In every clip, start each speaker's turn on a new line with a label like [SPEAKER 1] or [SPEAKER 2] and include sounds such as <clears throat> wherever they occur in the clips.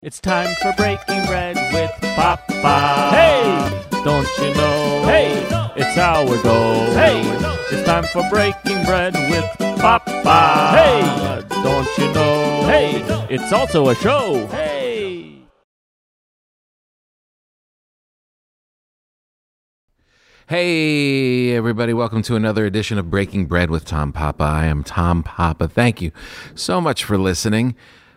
[SPEAKER 1] It's time for breaking bread with Papa. Hey, don't you know? Hey, it's our goal. Hey, it's time for breaking bread with Papa. Hey, don't you know? Hey, it's also a show. Hey.
[SPEAKER 2] Hey, everybody, welcome to another edition of Breaking Bread with Tom Papa. I am Tom Papa. Thank you so much for listening.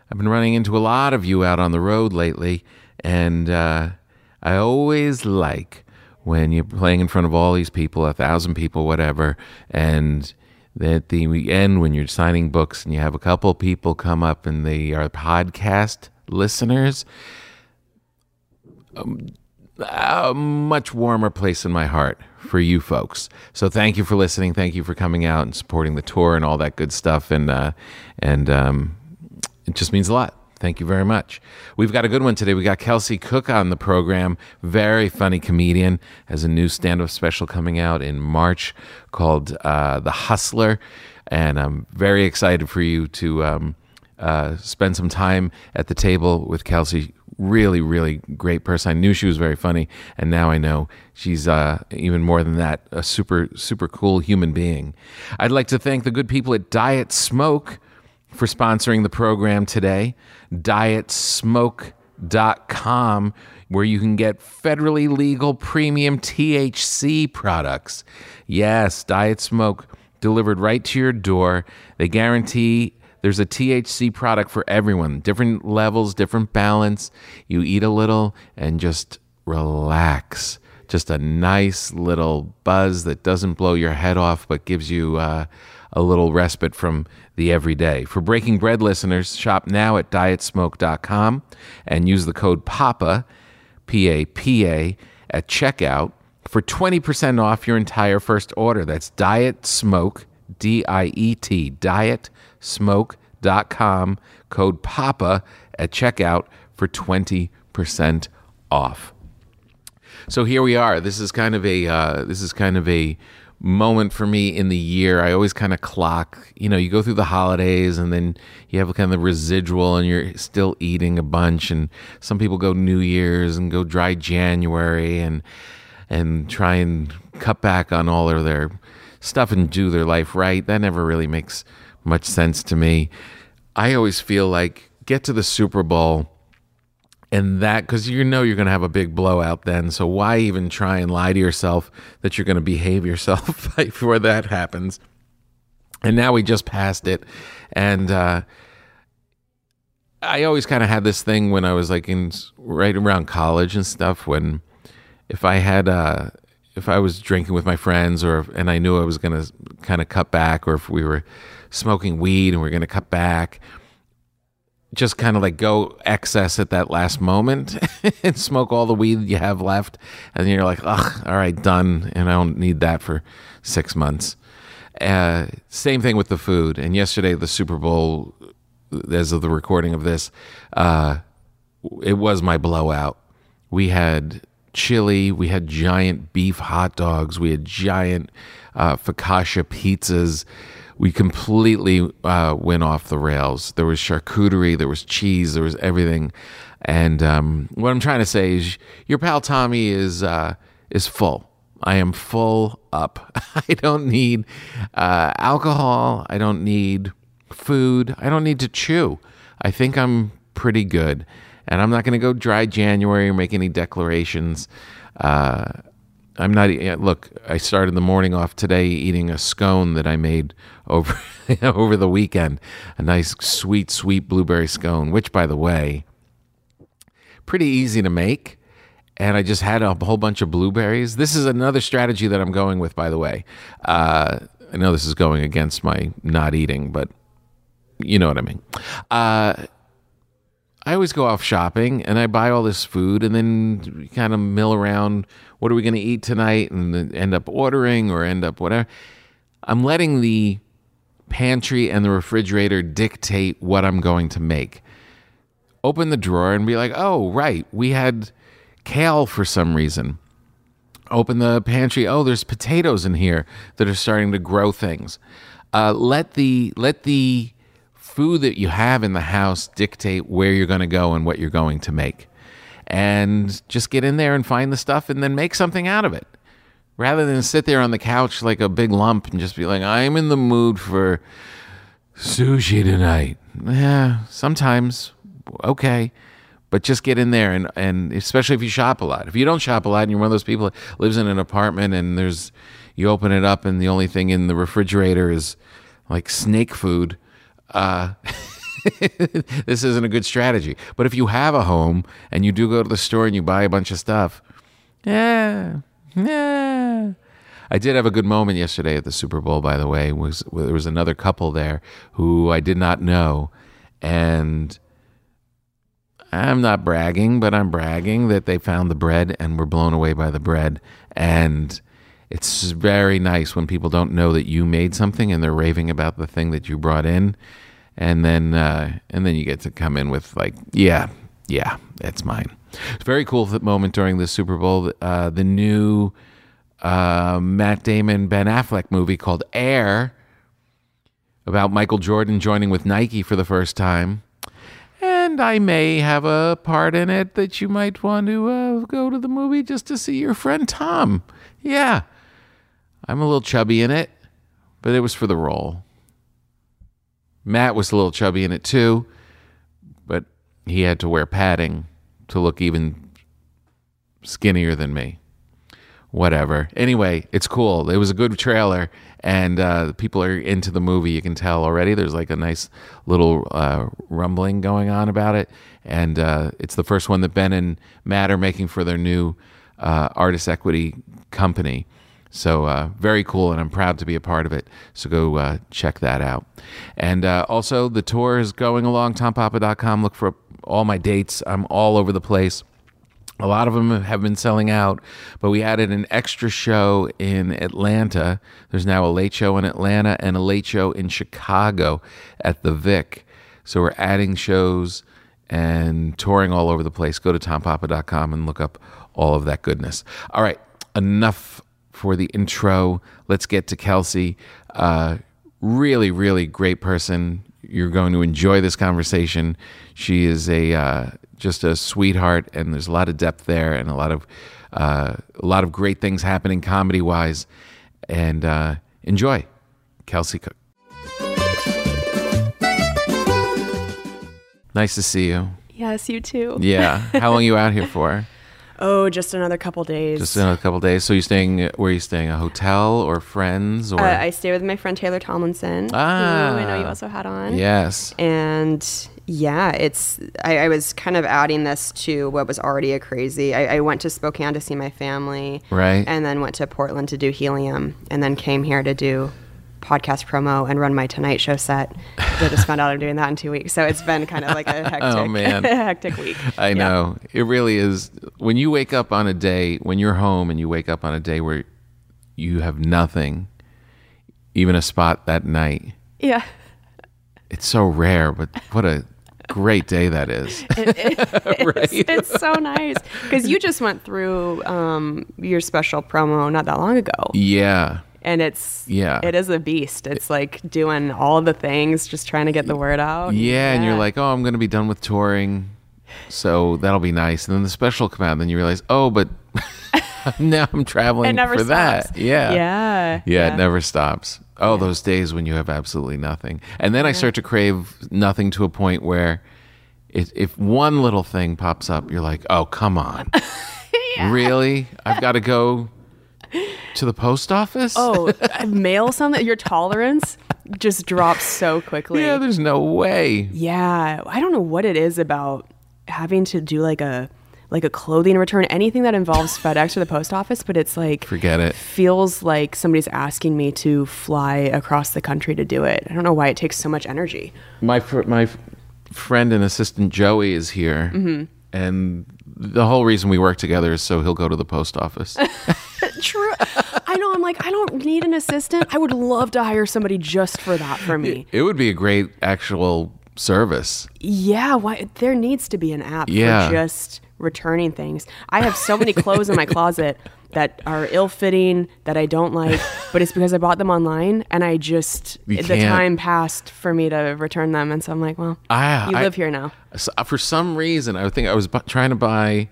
[SPEAKER 2] I've been running into a lot of you out on the road lately, and uh, I always like when you're playing in front of all these people, a thousand people, whatever, and at the end, when you're signing books and you have a couple people come up and they are podcast listeners, a much warmer place in my heart for you folks. So thank you for listening. Thank you for coming out and supporting the tour and all that good stuff. And uh, and um, it just means a lot. Thank you very much. We've got a good one today. We got Kelsey Cook on the program. Very funny comedian. Has a new stand-up special coming out in March called uh, The Hustler, and I'm very excited for you to. Um, uh, spend some time at the table with Kelsey. Really, really great person. I knew she was very funny, and now I know she's uh, even more than that a super, super cool human being. I'd like to thank the good people at Diet Smoke for sponsoring the program today. DietSmoke.com, where you can get federally legal premium THC products. Yes, Diet Smoke delivered right to your door. They guarantee there's a THC product for everyone, different levels, different balance. You eat a little and just relax. Just a nice little buzz that doesn't blow your head off, but gives you uh, a little respite from the everyday. For Breaking Bread listeners, shop now at dietsmoke.com and use the code PAPA, P A P A, at checkout for 20% off your entire first order. That's Diet Smoke, D I E T, dietsmoke.com, code PAPA at checkout for 20% off. So here we are. This is kind of a uh, this is kind of a moment for me in the year. I always kind of clock. You know, you go through the holidays and then you have kind of the residual, and you're still eating a bunch. And some people go New Year's and go dry January and and try and cut back on all of their stuff and do their life right. That never really makes much sense to me. I always feel like get to the Super Bowl and that because you know you're going to have a big blowout then so why even try and lie to yourself that you're going to behave yourself <laughs> before that happens and now we just passed it and uh, i always kind of had this thing when i was like in right around college and stuff when if i had uh if i was drinking with my friends or and i knew i was going to kind of cut back or if we were smoking weed and we are going to cut back just kind of like go excess at that last moment <laughs> and smoke all the weed you have left. And you're like, ugh, all right, done. And I don't need that for six months. Uh, same thing with the food. And yesterday, the Super Bowl, as of the recording of this, uh, it was my blowout. We had chili, we had giant beef hot dogs, we had giant uh, focaccia pizzas. We completely uh, went off the rails. There was charcuterie, there was cheese, there was everything. And um, what I'm trying to say is, your pal Tommy is uh, is full. I am full up. <laughs> I don't need uh, alcohol. I don't need food. I don't need to chew. I think I'm pretty good. And I'm not going to go dry January or make any declarations. Uh, I'm not. e, yeah, Look, I started the morning off today eating a scone that I made <laughs> over over the weekend. A nice, sweet, sweet blueberry scone, which, by the way, pretty easy to make. And I just had a whole bunch of blueberries. This is another strategy that I'm going with, by the way. Uh, I know this is going against my not eating, but you know what I mean. Uh, I always go off shopping and I buy all this food and then kind of mill around. What are we going to eat tonight? And then end up ordering or end up whatever. I'm letting the pantry and the refrigerator dictate what I'm going to make. Open the drawer and be like, oh, right, we had kale for some reason open the pantry. Oh, there's potatoes in here that are starting to grow things. Uh, let the let the food that you have in the house dictate where you're going to go and what you're going to make. And just get in there and find the stuff and then make something out of it. Rather than sit there on the couch like a big lump and just be like, I'm in the mood for sushi tonight. Yeah, sometimes. Okay. But just get in there and, and especially if you shop a lot. If you don't shop a lot and you're one of those people that lives in an apartment and there's you open it up and the only thing in the refrigerator is like snake food, uh, <laughs> this isn't a good strategy. But if you have a home and you do go to the store and you buy a bunch of stuff, yeah, yeah. I did have a good moment yesterday at the Super Bowl. By the way, was there was another couple there who I did not know, and I'm not bragging, but I'm bragging that they found the bread and were blown away by the bread. And it's very nice when people don't know that you made something and they're raving about the thing that you brought in, and then uh, and then you get to come in with like, yeah, yeah, that's mine. It's a very cool moment during the Super Bowl. Uh, the new uh, Matt Damon Ben Affleck movie called Air about Michael Jordan joining with Nike for the first time. And I may have a part in it that you might want to uh, go to the movie just to see your friend Tom. Yeah. I'm a little chubby in it, but it was for the role. Matt was a little chubby in it too, but he had to wear padding to look even skinnier than me whatever. Anyway, it's cool. It was a good trailer, and uh, people are into the movie. You can tell already. There's like a nice little uh, rumbling going on about it, and uh, it's the first one that Ben and Matt are making for their new uh, artist equity company. So uh, very cool, and I'm proud to be a part of it. So go uh, check that out. And uh, also, the tour is going along. TomPapa.com. Look for all my dates. I'm all over the place. A lot of them have been selling out, but we added an extra show in Atlanta. There's now a late show in Atlanta and a late show in Chicago at the Vic. So we're adding shows and touring all over the place. Go to tompapa.com and look up all of that goodness. All right, enough for the intro. Let's get to Kelsey. Uh, really, really great person. You're going to enjoy this conversation. She is a uh, just a sweetheart, and there's a lot of depth there, and a lot of uh, a lot of great things happening comedy wise. And uh, enjoy, Kelsey Cook. Nice to see you.
[SPEAKER 3] Yes, you too.
[SPEAKER 2] Yeah, how long you out here for?
[SPEAKER 3] Oh, just another couple days.
[SPEAKER 2] Just in a couple days. So you staying? Where are you staying? A hotel or friends or?
[SPEAKER 3] uh, I stay with my friend Taylor Tomlinson,
[SPEAKER 2] Ah.
[SPEAKER 3] who I know you also had on.
[SPEAKER 2] yes.
[SPEAKER 3] And yeah, it's I, I was kind of adding this to what was already a crazy. I, I went to Spokane to see my family,
[SPEAKER 2] Right.
[SPEAKER 3] And then went to Portland to do Helium, and then came here to do podcast promo and run my Tonight Show set. I just found out I'm doing that in two weeks, so it's been kind of
[SPEAKER 2] <laughs>
[SPEAKER 3] like a hectic,
[SPEAKER 2] Oh, man.
[SPEAKER 3] <laughs> hectic week.
[SPEAKER 2] I
[SPEAKER 3] Yeah.
[SPEAKER 2] know. It really is. When you wake up on a day, when you're home and you wake up on a day where you have nothing, even a spot that night,
[SPEAKER 3] Yeah.
[SPEAKER 2] it's so rare, but what a great day that
[SPEAKER 3] <laughs>
[SPEAKER 2] is.
[SPEAKER 3] It's so nice because you just went through um, your special promo not that long ago,
[SPEAKER 2] yeah.
[SPEAKER 3] and it's
[SPEAKER 2] Yeah.
[SPEAKER 3] it is a beast. It's like doing all the things, just trying to get the word out.
[SPEAKER 2] Yeah. And you're like, oh, I'm going to be done with touring. So that'll be nice. And then the special will come out. And then you realize, oh, but <laughs> now I'm traveling
[SPEAKER 3] it never
[SPEAKER 2] for
[SPEAKER 3] stops.
[SPEAKER 2] that.
[SPEAKER 3] yeah,
[SPEAKER 2] Yeah, it never stops. Oh, those days when you have absolutely nothing. And then I start to crave nothing to a point where if, if one little thing pops up, you're like, oh, come on. Really? I've got to go to the post office?
[SPEAKER 3] Oh, mail something. Your tolerance just drops so quickly.
[SPEAKER 2] yeah, there's no way.
[SPEAKER 3] Yeah, I don't know what it is about having to do like a like a clothing return, anything that involves FedEx or the post office, but it's like
[SPEAKER 2] Forget it.
[SPEAKER 3] Feels like somebody's asking me to fly across the country to do it. I don't know why it takes so much energy.
[SPEAKER 2] my fr- my f- friend and assistant Joey is here, and the whole reason we work together is so he'll go to the post office.
[SPEAKER 3] True. <laughs> I know. I'm like, I don't need an assistant. I would love to hire somebody just for that for me.
[SPEAKER 2] it would be a great actual service.
[SPEAKER 3] Yeah, why there needs to be an app
[SPEAKER 2] Yeah.
[SPEAKER 3] for just returning things. I have so many clothes in my closet that are ill-fitting that I
[SPEAKER 2] <laughs>
[SPEAKER 3] don't like, but it's because I bought them online and I just
[SPEAKER 2] You
[SPEAKER 3] the
[SPEAKER 2] can't.
[SPEAKER 3] time passed for me to return them and so I'm like, well,
[SPEAKER 2] I-
[SPEAKER 3] you
[SPEAKER 2] Ah, I-
[SPEAKER 3] live here now.
[SPEAKER 2] So, uh, for some reason, I think I was bu- trying to buy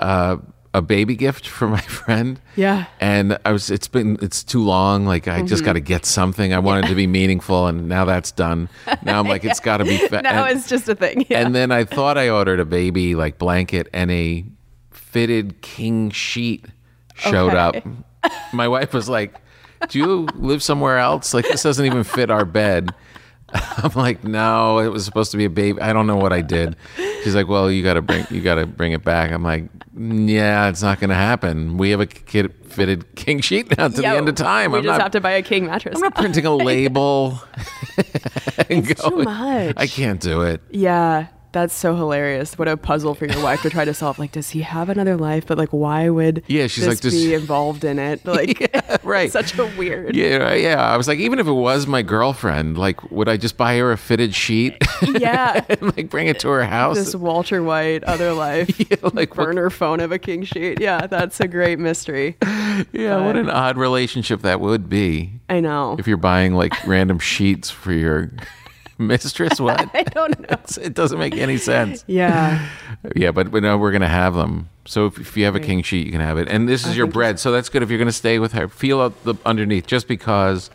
[SPEAKER 2] uh, a baby gift for my <laughs> friend.
[SPEAKER 3] Yeah. Mm-hmm.
[SPEAKER 2] And I was, it's been, it's too long. Like, I just got to get something. I wanted to be meaningful. And now that's done. Now I'm like, it's got to be. Fa-
[SPEAKER 3] <laughs> Now
[SPEAKER 2] and,
[SPEAKER 3] it's just a thing. <laughs> Yeah.
[SPEAKER 2] and then I thought I ordered a baby like blanket and a fitted king sheet showed
[SPEAKER 3] Okay.
[SPEAKER 2] up. <laughs> My wife was like, "Do you live somewhere else? Like this doesn't even fit our bed." <laughs> I'm like, "No, it was supposed to be a baby. I don't know what I did." She's like, "Well, you got to bring you got to bring it back." I'm like, "Mm, "Yeah, it's not going to happen. We have a kid fitted king sheet now to
[SPEAKER 3] Yeah,
[SPEAKER 2] the end of time.
[SPEAKER 3] We
[SPEAKER 2] I'm
[SPEAKER 3] just
[SPEAKER 2] not
[SPEAKER 3] have to buy a king mattress.
[SPEAKER 2] I'm not
[SPEAKER 3] <laughs>
[SPEAKER 2] printing a label." <laughs> and
[SPEAKER 3] It's too
[SPEAKER 2] going-
[SPEAKER 3] much.
[SPEAKER 2] I can't do it.
[SPEAKER 3] Yeah, that's so hilarious. What a puzzle for your wife to try to solve. Like, does he have another life? But like, why would
[SPEAKER 2] Yeah, she's
[SPEAKER 3] this
[SPEAKER 2] like, does-
[SPEAKER 3] be involved
[SPEAKER 2] <laughs>
[SPEAKER 3] in it? Like, <laughs>
[SPEAKER 2] right.
[SPEAKER 3] such a
[SPEAKER 2] <laughs>
[SPEAKER 3] weird.
[SPEAKER 2] Yeah, right, yeah. I was like, even if it was my girlfriend, like, would I just buy her a fitted sheet <laughs>
[SPEAKER 3] Yeah.
[SPEAKER 2] and like bring it to her house?
[SPEAKER 3] This Walter White other life
[SPEAKER 2] <laughs> Yeah,
[SPEAKER 3] <laughs>
[SPEAKER 2] like, what-
[SPEAKER 3] burner phone of a king sheet. Yeah, that's a great mystery.
[SPEAKER 2] yeah, what an odd relationship that would be
[SPEAKER 3] I know.
[SPEAKER 2] if you're buying like random sheets for your <laughs>
[SPEAKER 3] <laughs>
[SPEAKER 2] mistress. What?
[SPEAKER 3] <laughs> I don't know.
[SPEAKER 2] it doesn't make any sense.
[SPEAKER 3] Yeah.
[SPEAKER 2] Yeah, but we know we're gonna have them. So if, if you have a king sheet, you can have it. And this is your bread, so that's good if you're gonna stay with her. Feel out the underneath, just because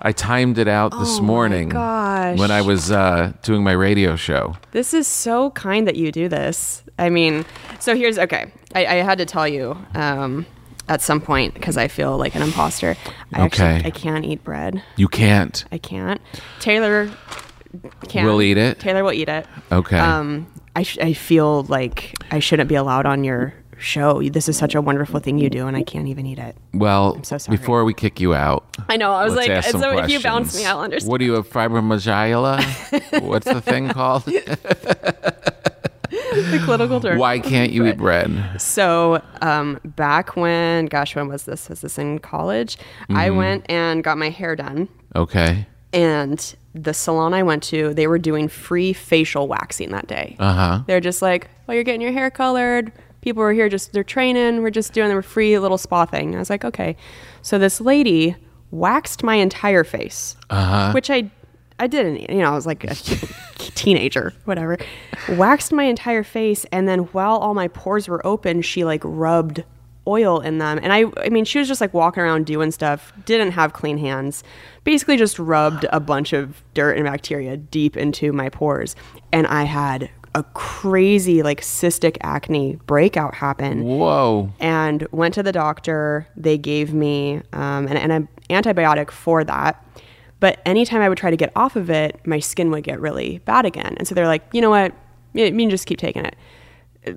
[SPEAKER 2] I timed it out
[SPEAKER 3] Oh
[SPEAKER 2] this morning
[SPEAKER 3] gosh.
[SPEAKER 2] when I was uh, doing my radio show.
[SPEAKER 3] This is so kind that you do this. I mean, so here's okay. I, I had to tell you um, at some point because I feel like an imposter. I
[SPEAKER 2] Okay.
[SPEAKER 3] actually I can't eat bread.
[SPEAKER 2] You can't.
[SPEAKER 3] I can't. Taylor can.
[SPEAKER 2] Will eat it?
[SPEAKER 3] Taylor will eat it.
[SPEAKER 2] Okay.
[SPEAKER 3] Um, I, sh- I feel like I shouldn't be allowed on your show. This is such a wonderful thing you do, and I can't even eat it.
[SPEAKER 2] well,
[SPEAKER 3] so sorry.
[SPEAKER 2] before we kick you out,
[SPEAKER 3] I know. I was
[SPEAKER 2] let's
[SPEAKER 3] like,
[SPEAKER 2] ask
[SPEAKER 3] so
[SPEAKER 2] some
[SPEAKER 3] if you bounce me,
[SPEAKER 2] questions.
[SPEAKER 3] I'll understand.
[SPEAKER 2] What do you have,
[SPEAKER 3] <laughs>
[SPEAKER 2] fibromyalgia? What's the thing called?
[SPEAKER 3] the clinical term.
[SPEAKER 2] Why can't you eat bread?
[SPEAKER 3] So um, back when, gosh, when was this? Was this in college? I went and got my hair done,
[SPEAKER 2] Okay.
[SPEAKER 3] and the salon I went to, they were doing free facial waxing that day.
[SPEAKER 2] Uh huh.
[SPEAKER 3] They're just like, well, you're getting your hair colored. People were here just, they're training. We're just doing their free little spa thing. And I was like, okay. So this lady waxed my entire face, uh-huh. which I, I didn't, you know, I was like a <laughs> teenager, whatever. Waxed my entire face. And then while all my pores were open, she like rubbed oil in them. And I, I mean, she was just like walking around doing stuff, didn't have clean hands, basically just rubbed a bunch of dirt and bacteria deep into my pores. And I had a crazy, like, cystic acne breakout happen
[SPEAKER 2] Whoa.
[SPEAKER 3] and went to the doctor. They gave me um, an, an antibiotic for that. But anytime I would try to get off of it, my skin would get really bad again. And so they're like, you know what? You you can just keep taking it.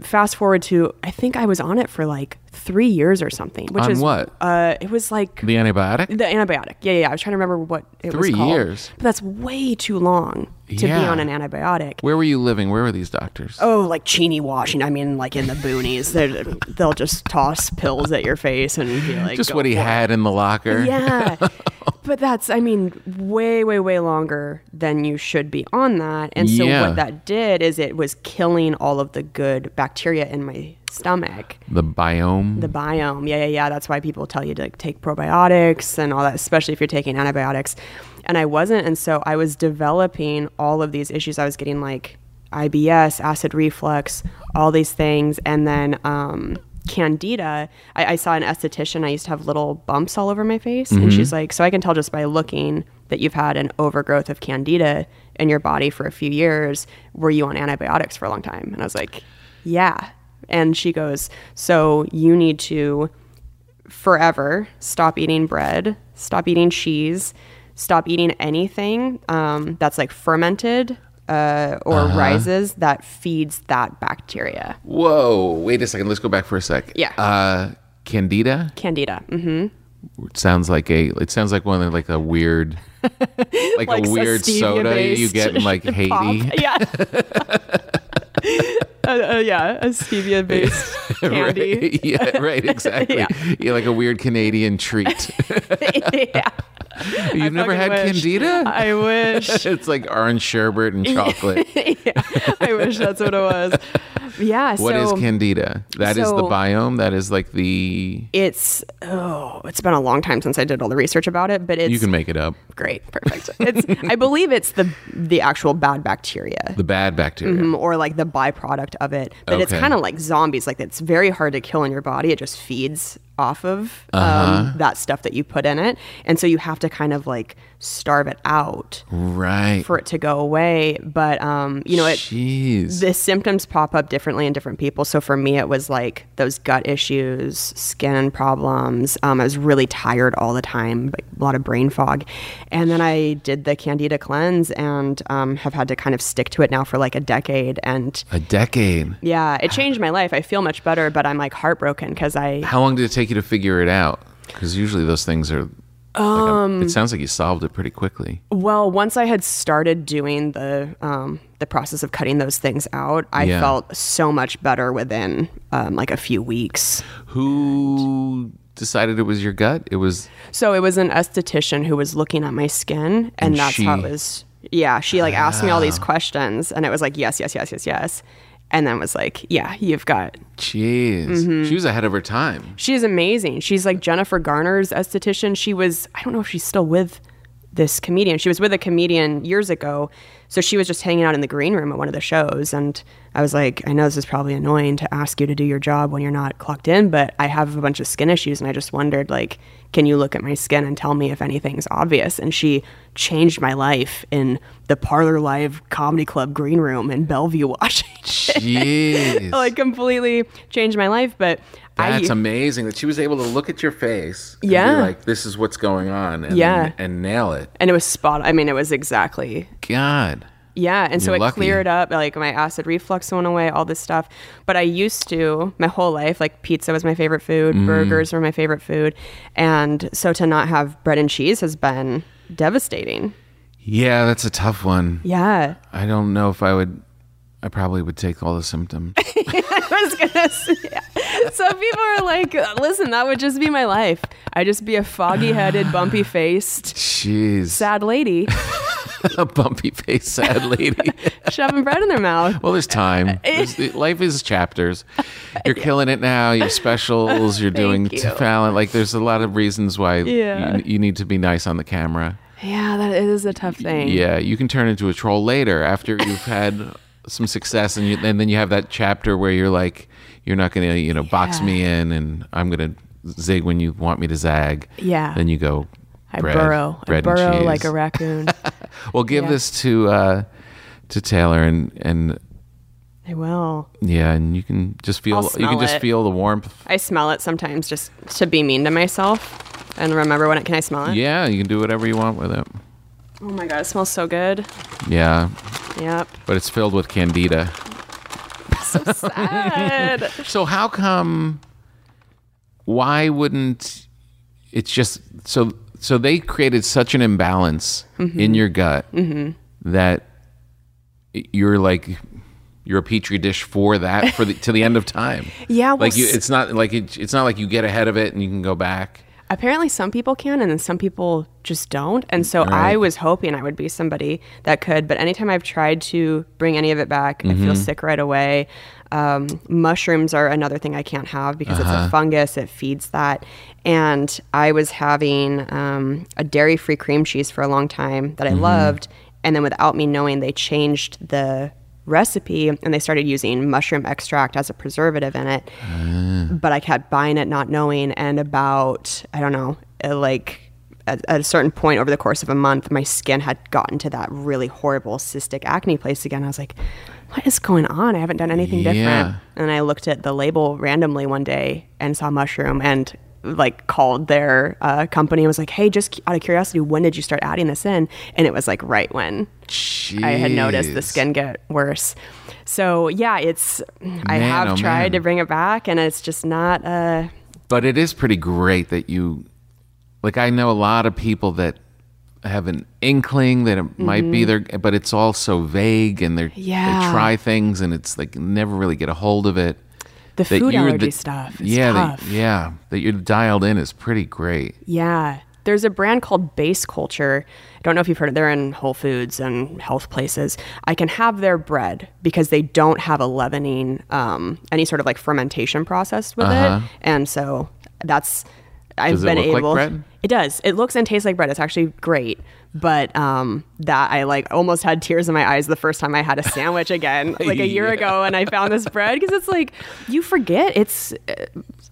[SPEAKER 3] Fast forward to, I think I was on it for like three years or something. Which
[SPEAKER 2] On
[SPEAKER 3] is
[SPEAKER 2] what?
[SPEAKER 3] Uh, it was like
[SPEAKER 2] The antibiotic?
[SPEAKER 3] the antibiotic. Yeah, yeah, yeah. I was trying to remember what it was
[SPEAKER 2] Three
[SPEAKER 3] called.
[SPEAKER 2] years.
[SPEAKER 3] But that's way too long to be
[SPEAKER 2] Yeah.
[SPEAKER 3] on an antibiotic.
[SPEAKER 2] Where were you living? Where were these doctors?
[SPEAKER 3] Oh, like Cheney washing. I mean, like in the boonies, They're- they'll just toss pills at your face and be like,
[SPEAKER 2] Just
[SPEAKER 3] "Go
[SPEAKER 2] what he
[SPEAKER 3] for it."
[SPEAKER 2] had in the locker.
[SPEAKER 3] Yeah,
[SPEAKER 2] <laughs>
[SPEAKER 3] but that's I mean, way, way, way longer than you should be on that. And so
[SPEAKER 2] Yeah.
[SPEAKER 3] what that did is it was killing all of the good bacteria in my stomach,
[SPEAKER 2] The biome.
[SPEAKER 3] the biome. Yeah, yeah, yeah. That's why people tell you to like, take probiotics and all that, especially if you're taking antibiotics. And I wasn't, and so I was developing all of these issues. I was getting like IBS, acid reflux, all these things, and then um, candida. I, I saw an esthetician. I used to have little bumps all over my face, and she's like, "So I can tell just by looking that you've had an overgrowth of candida in your body for a few years. Were you on antibiotics for a long time?" And I was like, "Yeah." And she goes, "So you need to." forever. Stop eating bread. Stop eating cheese. Stop eating anything um, that's like fermented uh, or
[SPEAKER 2] Uh-huh.
[SPEAKER 3] rises that feeds that bacteria.
[SPEAKER 2] Whoa. Wait a second. Let's go back for a sec.
[SPEAKER 3] Yeah.
[SPEAKER 2] Uh, Candida
[SPEAKER 3] Candida. hmm
[SPEAKER 2] It sounds like a. It sounds like one of like a
[SPEAKER 3] <laughs>
[SPEAKER 2] weird, like,
[SPEAKER 3] Like
[SPEAKER 2] a
[SPEAKER 3] a
[SPEAKER 2] weird soda you
[SPEAKER 3] stevia-based
[SPEAKER 2] get in
[SPEAKER 3] <laughs>
[SPEAKER 2] like Haiti. <laughs>
[SPEAKER 3] Yeah. Uh, uh, yeah, a stevia based
[SPEAKER 2] <laughs>
[SPEAKER 3] candy. <laughs>
[SPEAKER 2] Right. Yeah, right, exactly.
[SPEAKER 3] Yeah. <laughs>
[SPEAKER 2] yeah, like a weird Canadian treat.
[SPEAKER 3] yeah.
[SPEAKER 2] <laughs> You've never had
[SPEAKER 3] fucking wish.
[SPEAKER 2] candida?
[SPEAKER 3] I <laughs> wish.
[SPEAKER 2] it's like orange sherbet
[SPEAKER 3] <laughs>
[SPEAKER 2] and chocolate.
[SPEAKER 3] I wish that's what it was. Yeah.
[SPEAKER 2] What
[SPEAKER 3] so
[SPEAKER 2] is candida? That is the
[SPEAKER 3] so-
[SPEAKER 2] biome. That is like the.
[SPEAKER 3] it's oh, it's been a long time since I did all the research about it, but it's
[SPEAKER 2] You can make it up.
[SPEAKER 3] great, perfect. It's I believe it's the the actual bad bacteria.
[SPEAKER 2] The bad bacteria.
[SPEAKER 3] Mm, or like the byproduct of it. But it's
[SPEAKER 2] Okay.
[SPEAKER 3] kind of like zombies. Like it's very hard to kill in your body. It just feeds off of um,
[SPEAKER 2] Uh-huh.
[SPEAKER 3] that stuff that you put in it, and so you have to kind of like starve it out
[SPEAKER 2] Right.
[SPEAKER 3] for it to go away. But um, you know, it
[SPEAKER 2] Jeez.
[SPEAKER 3] the symptoms pop up differently in different people. So for me, it was like those gut issues, skin problems. Um, I was really tired all the time, like a lot of brain fog. And then I did the Candida cleanse and um, have had to kind of stick to it now for like a decade. And
[SPEAKER 2] a decade.
[SPEAKER 3] yeah, it changed my life. I feel much better, but I'm like heartbroken because I
[SPEAKER 2] How long did it take you to figure it out? Because usually those things are. Um, it sounds like you solved it pretty quickly.
[SPEAKER 3] Well, once I had started doing the um, the process of cutting those things out, I
[SPEAKER 2] Yeah.
[SPEAKER 3] felt so much better within um, like a few weeks.
[SPEAKER 2] Who decided it was your gut? It was
[SPEAKER 3] So it was an esthetician who was looking at my skin, and,
[SPEAKER 2] And
[SPEAKER 3] that's how it
[SPEAKER 2] she-
[SPEAKER 3] was. Yeah, she like asked me all these questions, and it was like yes, yes, yes, yes, yes, and then was like, yeah, you've got.
[SPEAKER 2] jeez.
[SPEAKER 3] Mm-hmm.
[SPEAKER 2] She was ahead of her time.
[SPEAKER 3] She's amazing. She's like Jennifer Garner's esthetician. She was I don't know if she's still with this comedian. She was with a comedian years ago. So she was just hanging out in the green room at one of the shows and I was like, I know this is probably annoying to ask you to do your job when you're not clocked in, but I have a bunch of skin issues and I just wondered like, can you look at my skin and tell me if anything's obvious? And she changed my life in the Parlor Live Comedy Club green room in Bellevue, <laughs> Washington.
[SPEAKER 2] Jeez.
[SPEAKER 3] <laughs> like completely changed my life, but
[SPEAKER 2] That's
[SPEAKER 3] I
[SPEAKER 2] amazing that she was able to look at your face. and be
[SPEAKER 3] Yeah.
[SPEAKER 2] like this is what's going on. And,
[SPEAKER 3] Yeah.
[SPEAKER 2] And nail it.
[SPEAKER 3] and it was spot. I mean, it was exactly
[SPEAKER 2] God.
[SPEAKER 3] yeah. And so
[SPEAKER 2] You're
[SPEAKER 3] it
[SPEAKER 2] lucky.
[SPEAKER 3] cleared up like my acid reflux went away, all this stuff. But I used to my whole life like pizza was my favorite food,
[SPEAKER 2] Mm.
[SPEAKER 3] burgers were my favorite food, and so to not have bread and cheese has been devastating.
[SPEAKER 2] Yeah, that's a tough one.
[SPEAKER 3] Yeah,
[SPEAKER 2] I don't know if I would. I probably would take all the
[SPEAKER 3] <laughs>
[SPEAKER 2] symptoms.
[SPEAKER 3] I was gonna. Say, <laughs> So people are like, listen, that would just be my life. I'd just be a
[SPEAKER 2] <sighs>
[SPEAKER 3] foggy-headed, bumpy-faced,
[SPEAKER 2] Jeez.
[SPEAKER 3] sad lady
[SPEAKER 2] <laughs> A bumpy face, sad lady.
[SPEAKER 3] shoving bread in their mouth.
[SPEAKER 2] Well, there's time.
[SPEAKER 3] <laughs>
[SPEAKER 2] There's- life is chapters. You're killing it now. Your specials.
[SPEAKER 3] <laughs>
[SPEAKER 2] You're doing
[SPEAKER 3] you.
[SPEAKER 2] talent. Like there's a lot of reasons why
[SPEAKER 3] Yeah.
[SPEAKER 2] you, you need to be nice on the camera.
[SPEAKER 3] Yeah, that is a tough thing.
[SPEAKER 2] Yeah, you can turn into a troll later after you've had some success, and, you, and then you have that chapter where you're like, you're not gonna, you know, box
[SPEAKER 3] Yeah.
[SPEAKER 2] me in, and I'm gonna zig when you want me to zag.
[SPEAKER 3] Yeah.
[SPEAKER 2] Then you go.
[SPEAKER 3] I
[SPEAKER 2] bread,
[SPEAKER 3] burrow.
[SPEAKER 2] bread
[SPEAKER 3] I
[SPEAKER 2] and
[SPEAKER 3] burrow like
[SPEAKER 2] cheese. <laughs>
[SPEAKER 3] a raccoon.
[SPEAKER 2] Well, give
[SPEAKER 3] yeah.
[SPEAKER 2] this to uh, to Taylor and and
[SPEAKER 3] I will.
[SPEAKER 2] yeah, and you can just feel
[SPEAKER 3] I'll
[SPEAKER 2] you can
[SPEAKER 3] smell
[SPEAKER 2] just
[SPEAKER 3] it.
[SPEAKER 2] feel the warmth
[SPEAKER 3] I smell it sometimes just to be mean to myself and remember when it can I smell it?
[SPEAKER 2] Yeah, you can do whatever you want with it.
[SPEAKER 3] Oh my god, it smells so good.
[SPEAKER 2] Yeah,
[SPEAKER 3] Yep.
[SPEAKER 2] but it's filled with candida.
[SPEAKER 3] So sad.
[SPEAKER 2] So how come? Why wouldn't? It's just so so they created such an imbalance
[SPEAKER 3] Mm-hmm.
[SPEAKER 2] in your gut that you're like you're a petri dish for that for the to the end of time.
[SPEAKER 3] <laughs> Yeah, well,
[SPEAKER 2] like you,
[SPEAKER 3] s-
[SPEAKER 2] it's not like it, it's not like you get ahead of it and you can go back.
[SPEAKER 3] Apparently some people can and then some people just don't. And so
[SPEAKER 2] Right.
[SPEAKER 3] I was hoping I would be somebody that could, but anytime I've tried to bring any of it back, I feel sick right away. Um, mushrooms are another thing I can't have because it's a fungus, it feeds that. And I was having um, a dairy free cream cheese for a long time that I loved. And then without me knowing, they changed the recipe and they started using mushroom extract as a preservative in it but I kept buying it, not knowing. And about, I don't know, uh, like at, at a certain point over the course of a month, my skin had gotten to that really horrible cystic acne place again. I was like, what is going on? I haven't done anything
[SPEAKER 2] Yeah.
[SPEAKER 3] different. And I looked at the label randomly one day and saw mushroom and like called their uh, company and was like, hey, just out of curiosity, when did you start adding this in? And it was like right when I had noticed the
[SPEAKER 2] Jeez.
[SPEAKER 3] skin get worse. So yeah, it's I
[SPEAKER 2] Man,
[SPEAKER 3] have
[SPEAKER 2] oh,
[SPEAKER 3] tried
[SPEAKER 2] man.
[SPEAKER 3] to bring it back, and it's just not. Uh,
[SPEAKER 2] But it is pretty great that you, like, I know a lot of people that have an inkling that it might be their, but it's all so vague and they're, they
[SPEAKER 3] Mm-hmm. Yeah.
[SPEAKER 2] try things and it's like never really get a hold of it.
[SPEAKER 3] the
[SPEAKER 2] That
[SPEAKER 3] food
[SPEAKER 2] you're
[SPEAKER 3] allergy
[SPEAKER 2] the-
[SPEAKER 3] stuff. Is
[SPEAKER 2] yeah, that-
[SPEAKER 3] tough.
[SPEAKER 2] yeah, that you're dialed in is pretty great.
[SPEAKER 3] yeah. There's a brand called Base Culture. I don't know if you've heard it. They're in Whole Foods and health places. I can have their bread because they don't have a leavening, um, any sort of like fermentation process with it. And so that's
[SPEAKER 2] Uh-huh.
[SPEAKER 3] I've
[SPEAKER 2] Does it
[SPEAKER 3] been
[SPEAKER 2] look like
[SPEAKER 3] able.
[SPEAKER 2] bread?
[SPEAKER 3] It does. It looks and tastes like bread. It's actually great. But um, that I like almost had tears in my eyes the first time I had a sandwich
[SPEAKER 2] <laughs>
[SPEAKER 3] again, like a year
[SPEAKER 2] Yeah.
[SPEAKER 3] ago, and I found this bread because it's like you forget. It's, uh,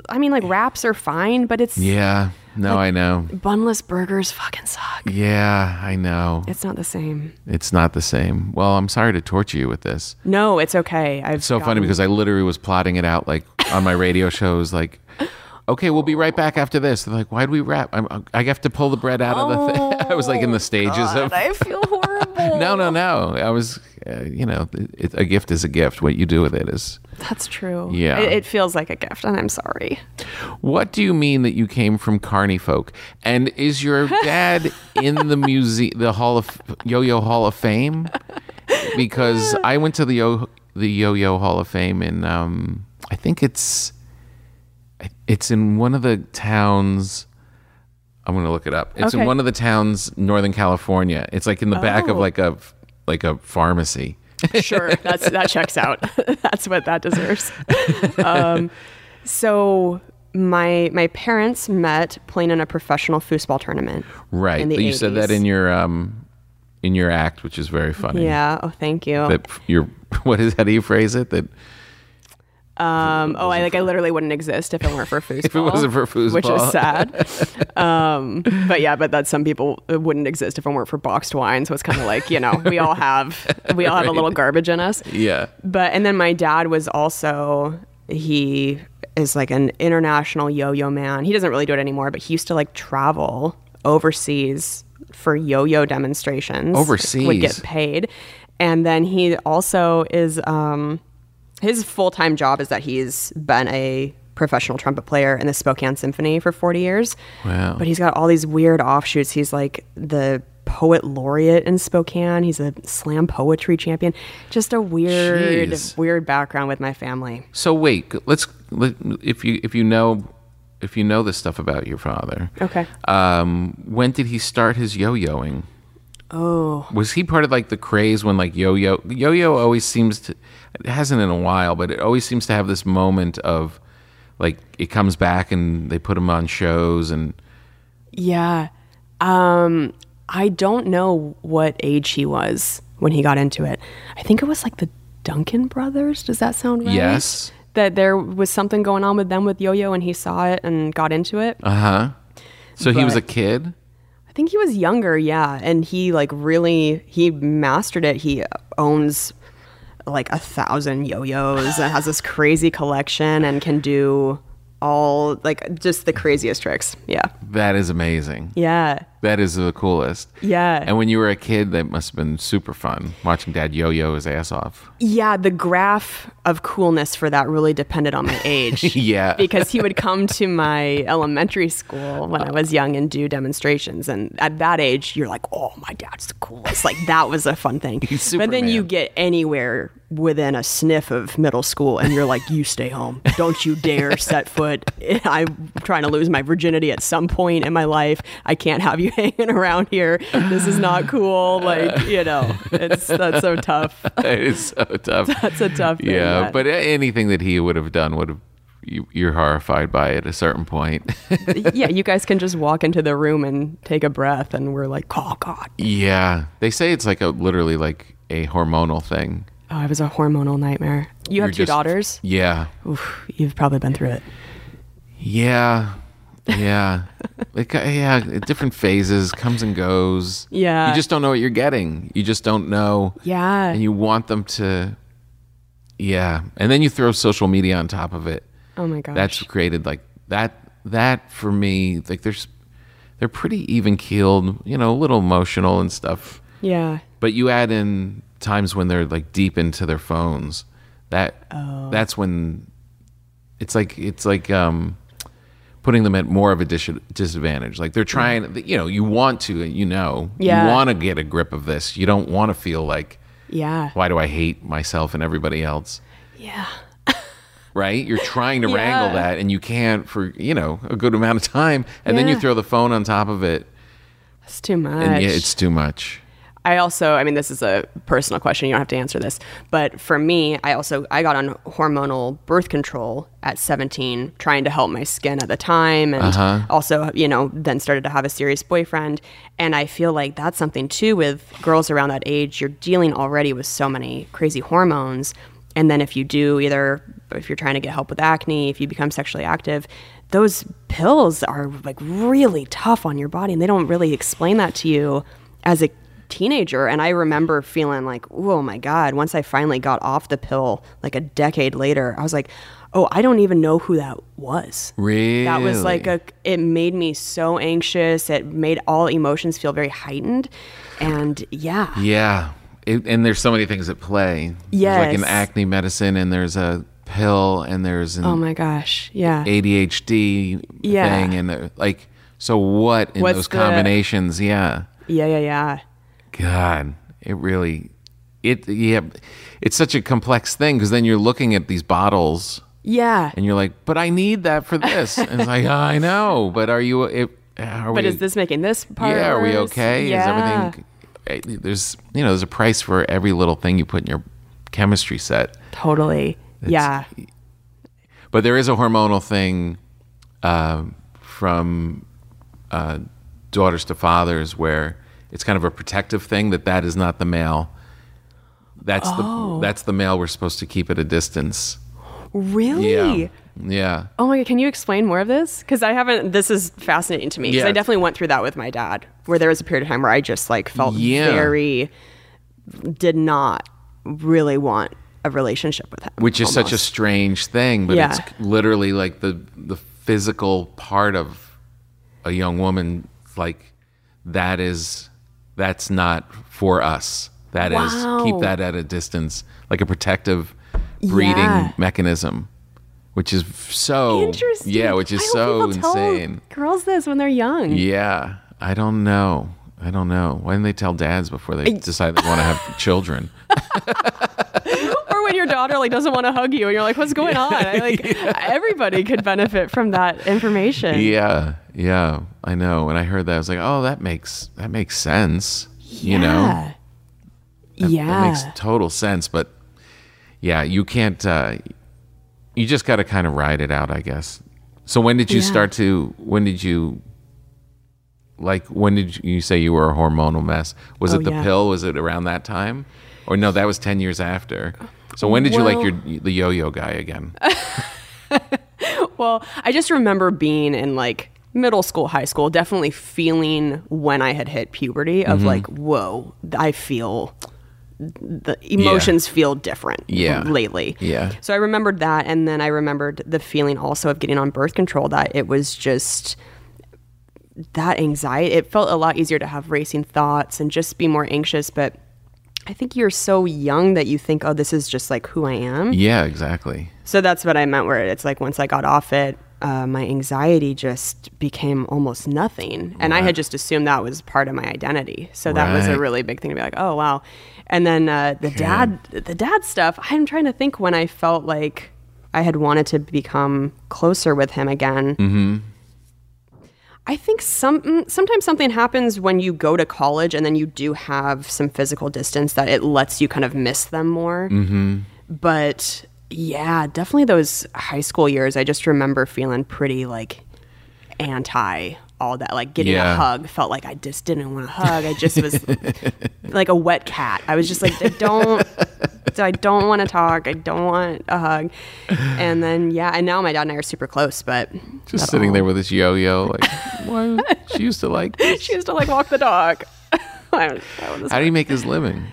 [SPEAKER 3] I mean, like wraps are fine, but it's
[SPEAKER 2] Yeah. No, I know.
[SPEAKER 3] bunless burgers fucking suck.
[SPEAKER 2] Yeah, I know.
[SPEAKER 3] It's not the same.
[SPEAKER 2] It's not the same. Well, I'm sorry to torture you with this.
[SPEAKER 3] No, it's okay. I've
[SPEAKER 2] It's so funny because I literally was plotting it out like on my radio shows, like, okay, we'll be right back after this. They're like, why do we wrap? I'm, uh, I have to pull the bread out of the thing. <laughs> I was like in the stages of.
[SPEAKER 3] I feel horrible.
[SPEAKER 2] <laughs> No, no, no. I was, uh, you know, it, a gift is a gift. What you do with it is.
[SPEAKER 3] That's true.
[SPEAKER 2] Yeah.
[SPEAKER 3] It, it feels like a gift, and I'm sorry.
[SPEAKER 2] What do you mean that you came from Carney folk? And is
[SPEAKER 3] <laughs>
[SPEAKER 2] your dad in the muse the Hall of Yo Yo Hall of Fame? Because I went to the Yo the Yo Yo Hall of Fame in um, I think it's it's in one of the towns. I'm gonna look it up. It's in
[SPEAKER 3] Okay.
[SPEAKER 2] one of the towns, Northern California. It's like in the back of
[SPEAKER 3] Oh.
[SPEAKER 2] like a like a pharmacy.
[SPEAKER 3] Sure, that's that checks out. <laughs> that's what
[SPEAKER 2] <laughs>
[SPEAKER 3] that deserves. Um, so my my parents met playing in a professional foosball tournament.
[SPEAKER 2] Right.
[SPEAKER 3] In the
[SPEAKER 2] you said that
[SPEAKER 3] 80s.
[SPEAKER 2] in your um in your act, which is very funny.
[SPEAKER 3] Yeah. Oh, thank you.
[SPEAKER 2] that f- you're <laughs> what is how do you phrase it that
[SPEAKER 3] Um, oh, I like I literally wouldn't exist if it weren't for foosball.
[SPEAKER 2] <laughs> if it wasn't for foosball
[SPEAKER 3] which is sad. um, but yeah, but that some people it wouldn't exist if it weren't for boxed wine. So it's kind of like you know we all have we all have a little garbage in us.
[SPEAKER 2] yeah
[SPEAKER 3] But and then my dad was also he is like an international yo-yo man. He doesn't really do it anymore, but he used to like travel overseas for yo-yo demonstrations. would
[SPEAKER 2] Overseas?
[SPEAKER 3] get paid, and then he also is um, his full-time job is that he's been a professional trumpet player in the Spokane Symphony for 40 years.
[SPEAKER 2] Wow.
[SPEAKER 3] But he's got all these weird offshoots. He's like the poet laureate in Spokane. He's a slam poetry champion. Just a weird
[SPEAKER 2] Jeez.
[SPEAKER 3] weird background with my family.
[SPEAKER 2] so wait g- let's let, if you if you know if you know this stuff about your father
[SPEAKER 3] Okay.
[SPEAKER 2] um when did he start his yo-yoing
[SPEAKER 3] Oh.
[SPEAKER 2] was he part of like the craze when like yo-yo yo-yo always seems to it hasn't in a while but it always seems to have this moment of like it comes back and they put him on shows and
[SPEAKER 3] Yeah. Um I don't know what age he was when he got into it. I think it was like the Duncan brothers. Does that sound right?
[SPEAKER 2] yes
[SPEAKER 3] That there was something going on with them with yo-yo and he saw it and got into it.
[SPEAKER 2] uh-huh so he was a
[SPEAKER 3] But-
[SPEAKER 2] kid
[SPEAKER 3] I think he was younger, yeah, and he like really he mastered it. He owns like a thousand yo-yos and has this crazy collection and can do all like just the craziest tricks. Yeah,
[SPEAKER 2] that is amazing
[SPEAKER 3] yeah,
[SPEAKER 2] That is the coolest.
[SPEAKER 3] Yeah.
[SPEAKER 2] And when you were a kid, that must have been super fun watching dad yo yo his ass
[SPEAKER 3] <laughs>
[SPEAKER 2] off.
[SPEAKER 3] yeah. The graph of coolness for that really depended on
[SPEAKER 2] <laughs>
[SPEAKER 3] my age.
[SPEAKER 2] Yeah.
[SPEAKER 3] because he would come to my elementary school when
[SPEAKER 2] Oh.
[SPEAKER 3] I was young and do demonstrations. And at that age, you're like, oh, my dad's the coolest. Like, that was a fun
[SPEAKER 2] <laughs>
[SPEAKER 3] thing.
[SPEAKER 2] He's
[SPEAKER 3] but then you
[SPEAKER 2] Superman.
[SPEAKER 3] get anywhere within a sniff of middle school and you're like, you stay home. Don't you dare set foot. <laughs> I'm trying to lose my virginity at some point in my life. I can't have you <laughs> hanging around here. This is not cool. Like, you know, it's that's so tough.
[SPEAKER 2] it's so tough.
[SPEAKER 3] That's a tough thing.
[SPEAKER 2] yeah.
[SPEAKER 3] that-
[SPEAKER 2] But a- anything that he would have done would have, you, you're horrified by at a certain point.
[SPEAKER 3] <laughs>
[SPEAKER 2] <laughs>
[SPEAKER 3] yeah, you guys can just walk into the room and take a breath, and we're like, oh God.
[SPEAKER 2] yeah. They say it's like a literally like a hormonal thing.
[SPEAKER 3] Oh, it was a hormonal nightmare. You
[SPEAKER 2] You're
[SPEAKER 3] have two
[SPEAKER 2] just-
[SPEAKER 3] daughters.
[SPEAKER 2] Yeah.
[SPEAKER 3] Oof, you've probably been through it.
[SPEAKER 2] Yeah.
[SPEAKER 3] <laughs>
[SPEAKER 2] Yeah. like, uh, yeah. Different phases comes and goes.
[SPEAKER 3] Yeah.
[SPEAKER 2] You just don't know what you're getting. You just don't know.
[SPEAKER 3] Yeah.
[SPEAKER 2] and you want them to yeah and then you throw social media on top of it
[SPEAKER 3] oh my gosh.
[SPEAKER 2] that's created like that that for me like there's they're pretty even keeled you know a little emotional and stuff
[SPEAKER 3] yeah.
[SPEAKER 2] but you add in times when they're like deep into their phones that
[SPEAKER 3] Oh.
[SPEAKER 2] that's when it's like it's like um putting them at more of a dis- disadvantage like they're trying you know you want to you know
[SPEAKER 3] Yeah.
[SPEAKER 2] you want to get a grip of this you don't want to feel like
[SPEAKER 3] Yeah.
[SPEAKER 2] why do I hate myself and everybody else?
[SPEAKER 3] Yeah.
[SPEAKER 2] right? You're trying to
[SPEAKER 3] <laughs> Yeah.
[SPEAKER 2] wrangle that and you can't for, you know, a good amount of time. And then you
[SPEAKER 3] Yeah.
[SPEAKER 2] throw the phone on top of it
[SPEAKER 3] It's too much.
[SPEAKER 2] and yeah, it's too much.
[SPEAKER 3] I also, I mean, this is a personal question. You don't have to answer this, but for me, I also I got on hormonal birth control at 17, trying to help my skin at the time, and also, you know, then started to have a serious boyfriend. And I feel like that's something too with girls around that age. You're dealing already with so many crazy hormones, and then if you do either, if you're trying to get help with acne, if you become sexually active. Those pills are like really tough on your body, and they don't really explain that to you as a teenager and i remember feeling like oh my god once i finally got off the pill like a decade later i was like oh i don't even know who that was
[SPEAKER 2] Really?
[SPEAKER 3] that was like a it made me so anxious it made all emotions feel very heightened and yeah
[SPEAKER 2] Yeah. It, and there's so many things at play. There's like an
[SPEAKER 3] Yes.
[SPEAKER 2] acne medicine and there's a pill and there's an
[SPEAKER 3] oh my gosh yeah
[SPEAKER 2] ADHD
[SPEAKER 3] Yeah.
[SPEAKER 2] thing and uh, like so what in
[SPEAKER 3] What's
[SPEAKER 2] those
[SPEAKER 3] the-
[SPEAKER 2] combinations? Yeah.
[SPEAKER 3] yeah yeah yeah
[SPEAKER 2] God, it really it yeah, it's such a complex thing because then you're looking at these bottles
[SPEAKER 3] yeah
[SPEAKER 2] and you're like, "But I need that for this." and it's like,
[SPEAKER 3] <laughs>
[SPEAKER 2] "I know, but are you it, are
[SPEAKER 3] but
[SPEAKER 2] we
[SPEAKER 3] is this making this part
[SPEAKER 2] Yeah, are we
[SPEAKER 3] worse?
[SPEAKER 2] okay?
[SPEAKER 3] yeah.
[SPEAKER 2] Is everything eh, there's you know, there's a price for every little thing you put in your chemistry set.
[SPEAKER 3] totally yeah
[SPEAKER 2] But there is a hormonal thing um from uh, daughters to fathers where it's kind of a protective thing that that is not the male. That's
[SPEAKER 3] Oh.
[SPEAKER 2] the that's the male we're supposed to keep at a distance.
[SPEAKER 3] really
[SPEAKER 2] Yeah, yeah.
[SPEAKER 3] Oh my god, can you explain more of this? Because I haven't. This is fascinating to me. 'cause
[SPEAKER 2] Yeah.
[SPEAKER 3] I definitely went through that with my dad, where there was a period of time where I just like felt
[SPEAKER 2] Yeah.
[SPEAKER 3] very, did not really want a relationship with him.
[SPEAKER 2] Which is such a
[SPEAKER 3] almost.
[SPEAKER 2] strange thing, but
[SPEAKER 3] Yeah.
[SPEAKER 2] it's literally like the the physical part of a young woman. Like that is that's not for us. That is keep
[SPEAKER 3] Wow.
[SPEAKER 2] that at a distance, like a protective breeding
[SPEAKER 3] Yeah.
[SPEAKER 2] mechanism, which is so
[SPEAKER 3] interesting.
[SPEAKER 2] Yeah, which is
[SPEAKER 3] I
[SPEAKER 2] so
[SPEAKER 3] hope people tell
[SPEAKER 2] insane.
[SPEAKER 3] girls this when they're young.
[SPEAKER 2] Yeah, I don't know. I don't know. Why didn't they tell dads before they decide they want to have children?
[SPEAKER 3] or when your daughter like doesn't want to hug you, and you're like, "What's going on?" I,
[SPEAKER 2] <laughs>
[SPEAKER 3] like everybody could benefit from that information.
[SPEAKER 2] Yeah, yeah, I know. When I heard that, I was like, "Oh, that makes that makes sense." You know,
[SPEAKER 3] Yeah.
[SPEAKER 2] that
[SPEAKER 3] yeah.
[SPEAKER 2] makes total sense. But yeah, you can't. Uh, you just got to kind of ride it out, I guess. So when did you
[SPEAKER 3] Yeah.
[SPEAKER 2] start to? When did you? Like when did you say you were a hormonal mess? Was
[SPEAKER 3] Oh,
[SPEAKER 2] it the
[SPEAKER 3] yeah.
[SPEAKER 2] pill? Was it around that time? Or no, that was ten years after. So when did you like your the yo-yo guy
[SPEAKER 3] <laughs>
[SPEAKER 2] again?
[SPEAKER 3] Well, I just remember being in like middle school, high school, definitely feeling when I had hit puberty
[SPEAKER 2] Mm-hmm.
[SPEAKER 3] of like, whoa, I feel the emotions feel different
[SPEAKER 2] Yeah.
[SPEAKER 3] lately.
[SPEAKER 2] Yeah.
[SPEAKER 3] So I remembered that and then I remembered the feeling also of getting on birth control that it was just that anxiety. It felt a lot easier to have racing thoughts and just be more anxious, but I think you're so young that you think, oh, this is just like who I am.
[SPEAKER 2] yeah, exactly.
[SPEAKER 3] So that's what I meant. Where it's like once I got off it, uh, my anxiety just became almost nothing, and I had just assumed that was part of my identity. So that was
[SPEAKER 2] Right.
[SPEAKER 3] a really big thing to be like, oh wow. And then uh, the dad, the dad stuff. I'm trying to think when I felt like I had wanted to become closer with him again. I think some mm, sometimes something happens when you go to college and then you do have some physical distance that it lets you kind of miss them more. Mm-hmm. But yeah, definitely those high school years. I just remember feeling pretty like anti all that. Like getting
[SPEAKER 2] Yeah.
[SPEAKER 3] a hug felt like I just didn't want to hug. I
[SPEAKER 2] <laughs>
[SPEAKER 3] just was like a wet cat. I was just like, I don't, I don't want to talk. I don't want a hug. And then yeah, and now my dad and I are super close, but
[SPEAKER 2] Just sitting there with this yo-yo, like, why she used to like this.
[SPEAKER 3] <laughs> she used to like walk the dog. <laughs> I don't- I don't-
[SPEAKER 2] How do you make his living?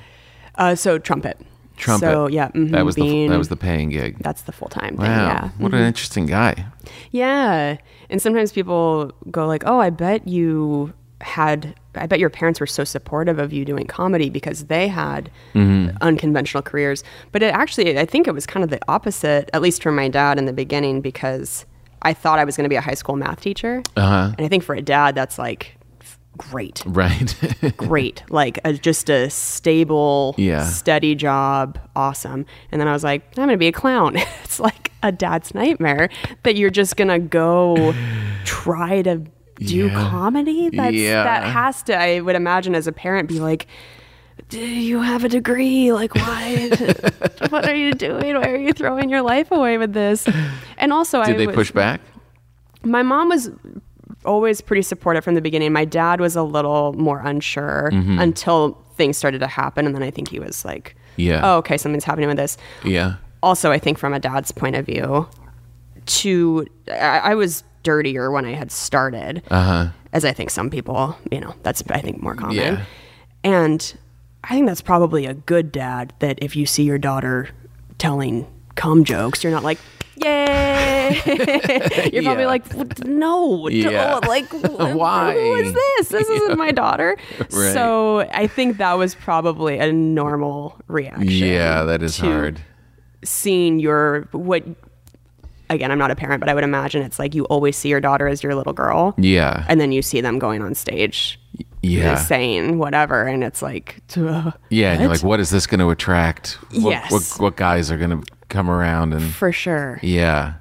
[SPEAKER 3] uh, so trumpet.
[SPEAKER 2] Trumpet.
[SPEAKER 3] So yeah, mhm,
[SPEAKER 2] that was the
[SPEAKER 3] being-
[SPEAKER 2] that was the paying gig.
[SPEAKER 3] That's the full time thing.
[SPEAKER 2] wow,
[SPEAKER 3] Yeah.
[SPEAKER 2] what an interesting guy.
[SPEAKER 3] Yeah. And sometimes people go like, "Oh, I bet you had I bet your parents were so supportive of you doing comedy because they had unconventional careers." But it actually I think it was kind of the opposite at least for my dad in the beginning because I thought I was going to be a high school math teacher.
[SPEAKER 2] Uh huh.
[SPEAKER 3] And I think for a dad that's like great,
[SPEAKER 2] <laughs> Right.
[SPEAKER 3] great, <laughs> like a, just a stable,
[SPEAKER 2] Yeah.
[SPEAKER 3] steady job, awesome. And then I was like, I'm gonna be a clown. <laughs> it's like a dad's nightmare that you're just
[SPEAKER 2] <sighs>
[SPEAKER 3] gonna go try to do
[SPEAKER 2] Yeah.
[SPEAKER 3] comedy. That's
[SPEAKER 2] Yeah.
[SPEAKER 3] that has to, I would imagine, as a parent, be like. Do you have a degree?
[SPEAKER 2] <laughs>
[SPEAKER 3] Like, why? what are you doing? Why are you throwing your life away with this? And also, I
[SPEAKER 2] Did they
[SPEAKER 3] was-
[SPEAKER 2] push back?
[SPEAKER 3] my mom was always pretty supportive from the beginning. My dad was a little more unsure until things started to happen, and then I think he was like,
[SPEAKER 2] Yeah.
[SPEAKER 3] oh, okay, something's happening with this."
[SPEAKER 2] Yeah.
[SPEAKER 3] Also, I think from a dad's point of view, to I, I was dirtier when I had started, uh-huh. as I think some people, you know, that's I think more common,
[SPEAKER 2] Yeah.
[SPEAKER 3] and I think that's probably a good dad that if you see your daughter telling cum jokes, you're not like. Yay! <laughs> You're probably
[SPEAKER 2] Yeah.
[SPEAKER 3] like, "What? no, d-
[SPEAKER 2] Yeah.
[SPEAKER 3] oh, like,
[SPEAKER 2] <laughs> Why?
[SPEAKER 3] Who is this? This isn't my daughter.
[SPEAKER 2] <laughs> Right.
[SPEAKER 3] So I think that was probably a normal reaction.
[SPEAKER 2] Yeah, that is
[SPEAKER 3] to
[SPEAKER 2] hard.
[SPEAKER 3] Seeing your what again, I'm not a parent, but I would imagine it's like you always see your daughter as your little girl,
[SPEAKER 2] Yeah.
[SPEAKER 3] and then you see them going on stage,
[SPEAKER 2] yeah.
[SPEAKER 3] saying whatever, and it's like, duh.
[SPEAKER 2] Yeah, and you're like, what is this going to attract? What,
[SPEAKER 3] Yes.
[SPEAKER 2] what, what guys are going to come around and
[SPEAKER 3] for sure.
[SPEAKER 2] yeah.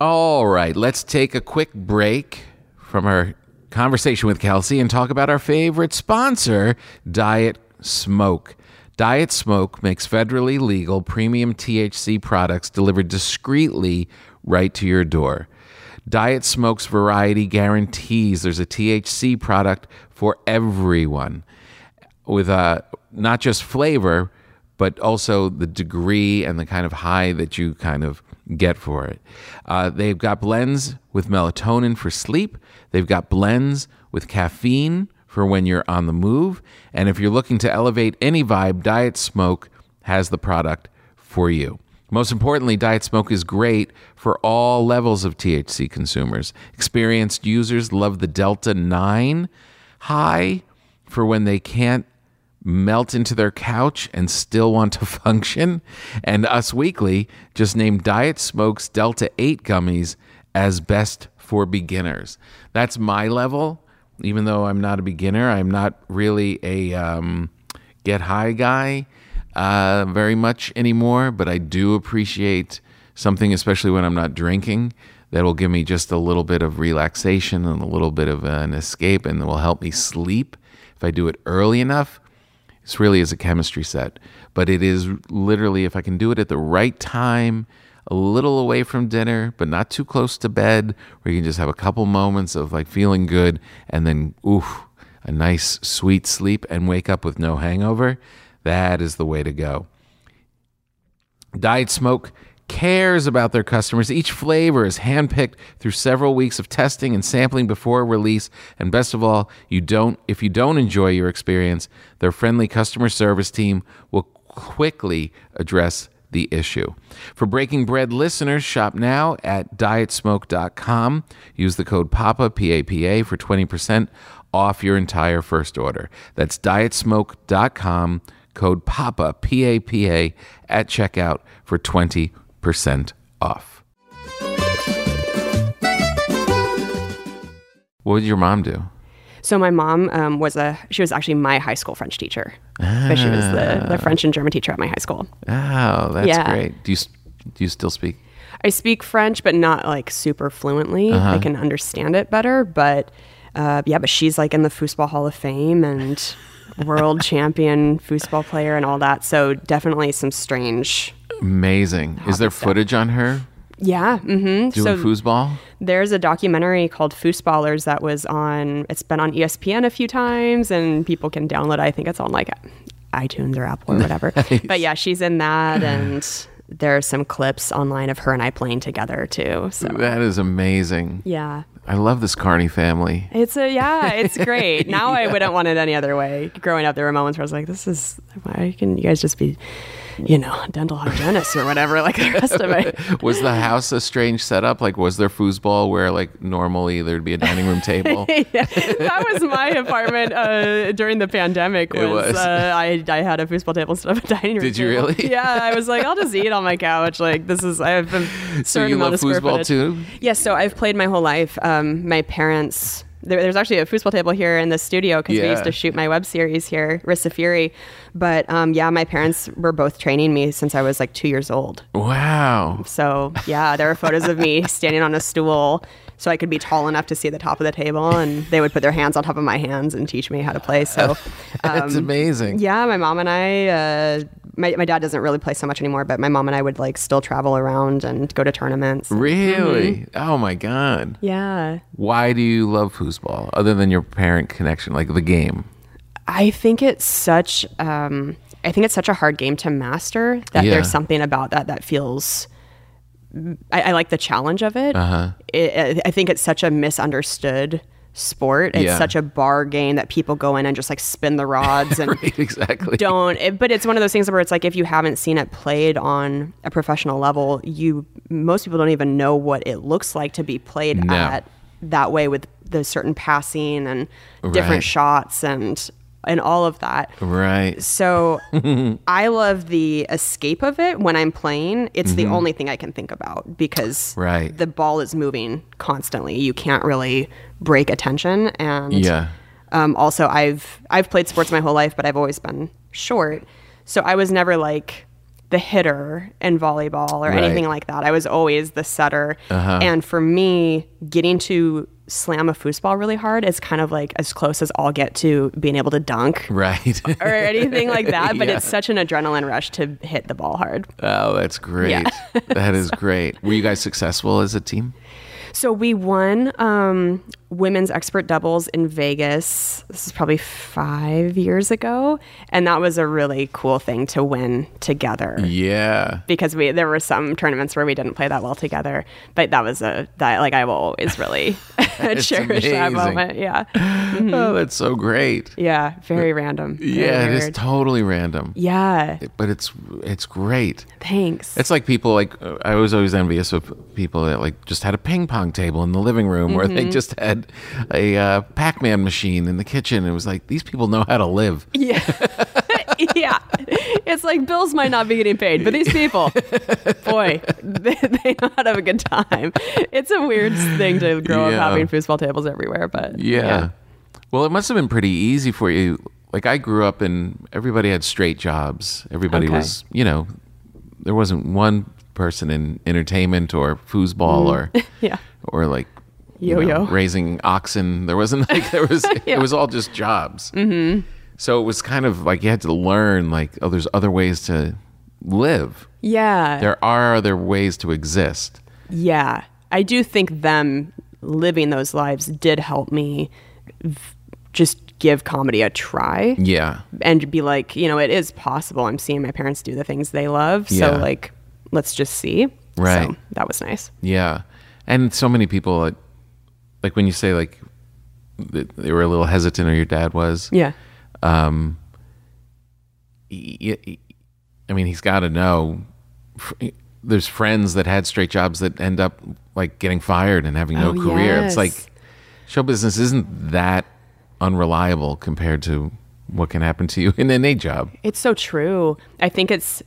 [SPEAKER 2] All right, let's take a quick break from our conversation with Kelsey and talk about our favorite sponsor, Diet Smoke. Diet Smoke makes federally legal premium THC products delivered discreetly right to your door. Diet Smoke's variety guarantees there's a THC product for everyone with uh, not just flavor, but also the degree and the kind of high that you kind of get for it. Uh, they've got blends with melatonin for sleep. They've got blends with caffeine for when you're on the move. And if you're looking to elevate any vibe, Diet Smoke has the product for you. Most importantly, Diet Smoke is great for all levels of THC consumers. Experienced users love the Delta 9 high for when they can't melt into their couch and still want to <laughs> function. And Us Weekly just named Diet Smoke's Delta 8 gummies as best for beginners. That's my level. Even though I'm not a beginner, I'm not really a um, get high guy uh, very much anymore, but I do appreciate something, especially when I'm not drinking, that will give me just a little bit of relaxation and a little bit of an escape and will help me sleep if I do it early enough. This really is a chemistry set, but it is literally if I can do it at the right time, a little away from dinner, but not too close to bed, where you can just have a couple moments of like feeling good and then, oof, a nice sweet sleep and wake up with no hangover. That is the way to go. Diet Smoke cares about their customers. Each flavor is handpicked through several weeks of testing and sampling before release. And best of all, you don't if you don't enjoy your experience, their friendly customer service team will quickly address the issue. For Breaking Bread listeners, shop now at dietsmoke.com. Use the code PAPA, PAPA, for 20% off your entire first order. That's dietsmoke.com, code PAPA, PAPA, at checkout for 20% off. What would your mom do?
[SPEAKER 3] So my mom um, was a she was actually my high school French teacher, but she was
[SPEAKER 2] Ah.
[SPEAKER 3] the, the French and German teacher at my high school.
[SPEAKER 2] Oh, that's
[SPEAKER 3] Yeah.
[SPEAKER 2] great. Do you, s- do you still speak?
[SPEAKER 3] I speak French, but not like super fluently.
[SPEAKER 2] Uh-huh.
[SPEAKER 3] I can understand it better, but uh, yeah. But she's like in the foosball Hall of Fame
[SPEAKER 2] <laughs>
[SPEAKER 3] and world champion foosball player and all that. So definitely some strange.
[SPEAKER 2] Amazing. Is there footage on her
[SPEAKER 3] Yeah. hmm
[SPEAKER 2] doing
[SPEAKER 3] So
[SPEAKER 2] foosball?
[SPEAKER 3] there's a documentary called Foosballers that was on. It's been on E ESPN a few times, and people can download. it. I think it's on like iTunes or Apple or whatever. But yeah, she's in that, and there's some clips online of her and I playing together too. So
[SPEAKER 2] That is amazing.
[SPEAKER 3] yeah.
[SPEAKER 2] I love this Carney family.
[SPEAKER 3] It's a yeah, it's great. Now I wouldn't want it any other way. Growing up, there were moments where I was like, "This is why can you guys just be you know, dental hygienist or whatever, like the rest of it.
[SPEAKER 2] Was the house a strange setup? Like, was there foosball where, like, normally there'd be a dining room
[SPEAKER 3] <laughs>
[SPEAKER 2] table?
[SPEAKER 3] Yeah, that was my apartment uh, during the pandemic. Was,
[SPEAKER 2] It was.
[SPEAKER 3] Uh, I I had a foosball table instead of a <laughs> dining room.
[SPEAKER 2] Did you
[SPEAKER 3] table.
[SPEAKER 2] really?
[SPEAKER 3] Yeah, I was like, I'll just eat on my couch. Like this is I have a
[SPEAKER 2] <laughs>
[SPEAKER 3] certain
[SPEAKER 2] so you love
[SPEAKER 3] amount of square
[SPEAKER 2] foosball
[SPEAKER 3] footage.
[SPEAKER 2] too?
[SPEAKER 3] Yes, so I've played my whole life. Um, my parents. There, there's actually a foosball table here in the studio because we
[SPEAKER 2] Yeah.
[SPEAKER 3] used to shoot my web series here, Rissa Fury. But um, yeah, my parents were both training me since I was like two years old.
[SPEAKER 2] Wow.
[SPEAKER 3] So yeah, there are photos of me standing on a stool so I could be tall enough to see the top of the table, and they would put their hands on top of my hands and teach me how to play. So
[SPEAKER 2] That's amazing.
[SPEAKER 3] yeah, my mom and I, uh, my my dad doesn't really play so much anymore, but my mom and I would like still travel around and go to tournaments.
[SPEAKER 2] Really?
[SPEAKER 3] Mm-hmm.
[SPEAKER 2] Oh my God.
[SPEAKER 3] Yeah,
[SPEAKER 2] Why do you love foosball other than your parent connection, like the game? <laughs>
[SPEAKER 3] I think it's such um, I think it's such a hard game to master that
[SPEAKER 2] Yeah.
[SPEAKER 3] there's something about that that feels. I, I like the challenge of it. Uh-huh. it. I think it's such a misunderstood sport. It's
[SPEAKER 2] Yeah.
[SPEAKER 3] such a bar game that people go in and just like spin the
[SPEAKER 2] <laughs>
[SPEAKER 3] rods and
[SPEAKER 2] Right, exactly.
[SPEAKER 3] don't. It, but it's one of those things where it's like if you haven't seen it played on a professional level, you most people don't even know what it looks like to be played
[SPEAKER 2] No.
[SPEAKER 3] at that way with the certain passing and
[SPEAKER 2] Right.
[SPEAKER 3] different shots and and all of that.
[SPEAKER 2] Right. <laughs>
[SPEAKER 3] So I love the escape of it when I'm playing. It's the only thing I can think about because
[SPEAKER 2] Mm-hmm. Right.
[SPEAKER 3] the ball is moving constantly. You can't really break attention and
[SPEAKER 2] Yeah.
[SPEAKER 3] um, also, I've I've played sports my whole life, but I've always been short, so I was never like the hitter in volleyball or
[SPEAKER 2] Right. Uh-huh.
[SPEAKER 3] anything like that. I was always the setter, and for me, getting to slam a foosball really hard is kind of like as close as I'll get to being able to dunk
[SPEAKER 2] Right.
[SPEAKER 3] or anything
[SPEAKER 2] <laughs>
[SPEAKER 3] like that. But
[SPEAKER 2] Yeah.
[SPEAKER 3] it's such an adrenaline rush to hit the ball hard.
[SPEAKER 2] <laughs> oh, that's great. That is great. Were you guys successful as a team?
[SPEAKER 3] So we won um, women's expert doubles in Vegas. This is probably five years ago, and that was a really cool thing to win together.
[SPEAKER 2] Yeah.
[SPEAKER 3] Because we there were some tournaments where we didn't play that well together, but that was a that like I will always
[SPEAKER 2] <laughs>
[SPEAKER 3] really <laughs> cherish that
[SPEAKER 2] amazing.
[SPEAKER 3] moment. Yeah,
[SPEAKER 2] Oh, that's so great.
[SPEAKER 3] yeah, very random. Mm-hmm. very
[SPEAKER 2] Yeah, it is
[SPEAKER 3] weird.
[SPEAKER 2] totally random,
[SPEAKER 3] yeah,
[SPEAKER 2] but it's it's great.
[SPEAKER 3] thanks.
[SPEAKER 2] It's like people like uh, I was always envious of people that like just had a ping pong table in the living room, or
[SPEAKER 3] Mm-hmm.
[SPEAKER 2] they just had a uh, Pac Man machine in the kitchen. It was like these people know how to
[SPEAKER 3] <laughs>
[SPEAKER 2] live.
[SPEAKER 3] yeah. It's like bills might not be getting paid, but these
[SPEAKER 2] <laughs>
[SPEAKER 3] people, boy, they, they know how to have a good time. It's a weird thing to grow
[SPEAKER 2] Yeah.
[SPEAKER 3] up having foosball tables everywhere, but
[SPEAKER 2] Yeah. Well, it must have been pretty easy for you. Like I grew up and everybody had straight jobs. Everybody
[SPEAKER 3] Okay.
[SPEAKER 2] was, you know, there wasn't one person in entertainment or foosball or
[SPEAKER 3] Mm-hmm. <laughs> Yeah.
[SPEAKER 2] or like you know,
[SPEAKER 3] Yo-yo.
[SPEAKER 2] raising oxen. There wasn't like there was it was all just jobs. Mm-hmm. So it was kind of like you had to learn like oh, there's other ways to live.
[SPEAKER 3] Yeah.
[SPEAKER 2] There are other ways to exist.
[SPEAKER 3] yeah. I do think them living those lives did help me v- just give comedy a try.
[SPEAKER 2] Yeah.
[SPEAKER 3] and be like, you know, it is possible. I'm seeing my parents do the things they love.
[SPEAKER 2] Yeah.
[SPEAKER 3] So like, let's just see.
[SPEAKER 2] Right.
[SPEAKER 3] So that was nice.
[SPEAKER 2] Yeah, and so many people like, like when you say like th- they were a little hesitant, or your dad was.
[SPEAKER 3] Yeah.
[SPEAKER 2] Um, y- y- y- I mean, he's got to know. Fr- There's friends that had straight jobs that end up like getting fired and having no
[SPEAKER 3] Oh,
[SPEAKER 2] career. It's
[SPEAKER 3] yes.
[SPEAKER 2] like show business isn't that unreliable compared to what can happen to you in any job.
[SPEAKER 3] It's so true. I think it's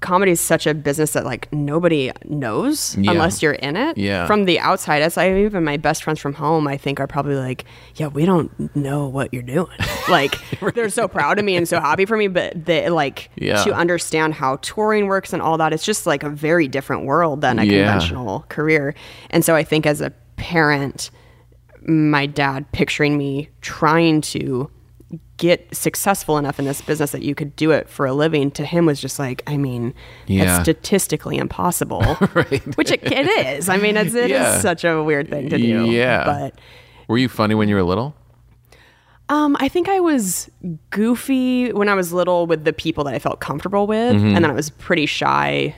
[SPEAKER 3] comedy is such a business that like nobody knows
[SPEAKER 2] Yeah.
[SPEAKER 3] unless you're in it.
[SPEAKER 2] Yeah.
[SPEAKER 3] From the outside, as I even my best friends from home, I think are probably like, yeah, we don't know what
[SPEAKER 2] <laughs>
[SPEAKER 3] you're doing. Like they're so proud of me and so happy for me, but they like
[SPEAKER 2] Yeah.
[SPEAKER 3] to understand how touring works and all that. It's just like a very different world than a
[SPEAKER 2] Yeah.
[SPEAKER 3] conventional career. And so I think as a parent, my dad picturing me trying to get successful enough in this business that you could do it for a living to him was just like i mean
[SPEAKER 2] Yeah.
[SPEAKER 3] it's statistically impossible
[SPEAKER 2] <laughs>
[SPEAKER 3] which it, it is i mean it's, it is
[SPEAKER 2] Yeah.
[SPEAKER 3] such a weird thing to do
[SPEAKER 2] Yeah.
[SPEAKER 3] but
[SPEAKER 2] Were you funny when you were little?
[SPEAKER 3] um, I think I was goofy when I was little with the people that I felt comfortable with, and then I was pretty shy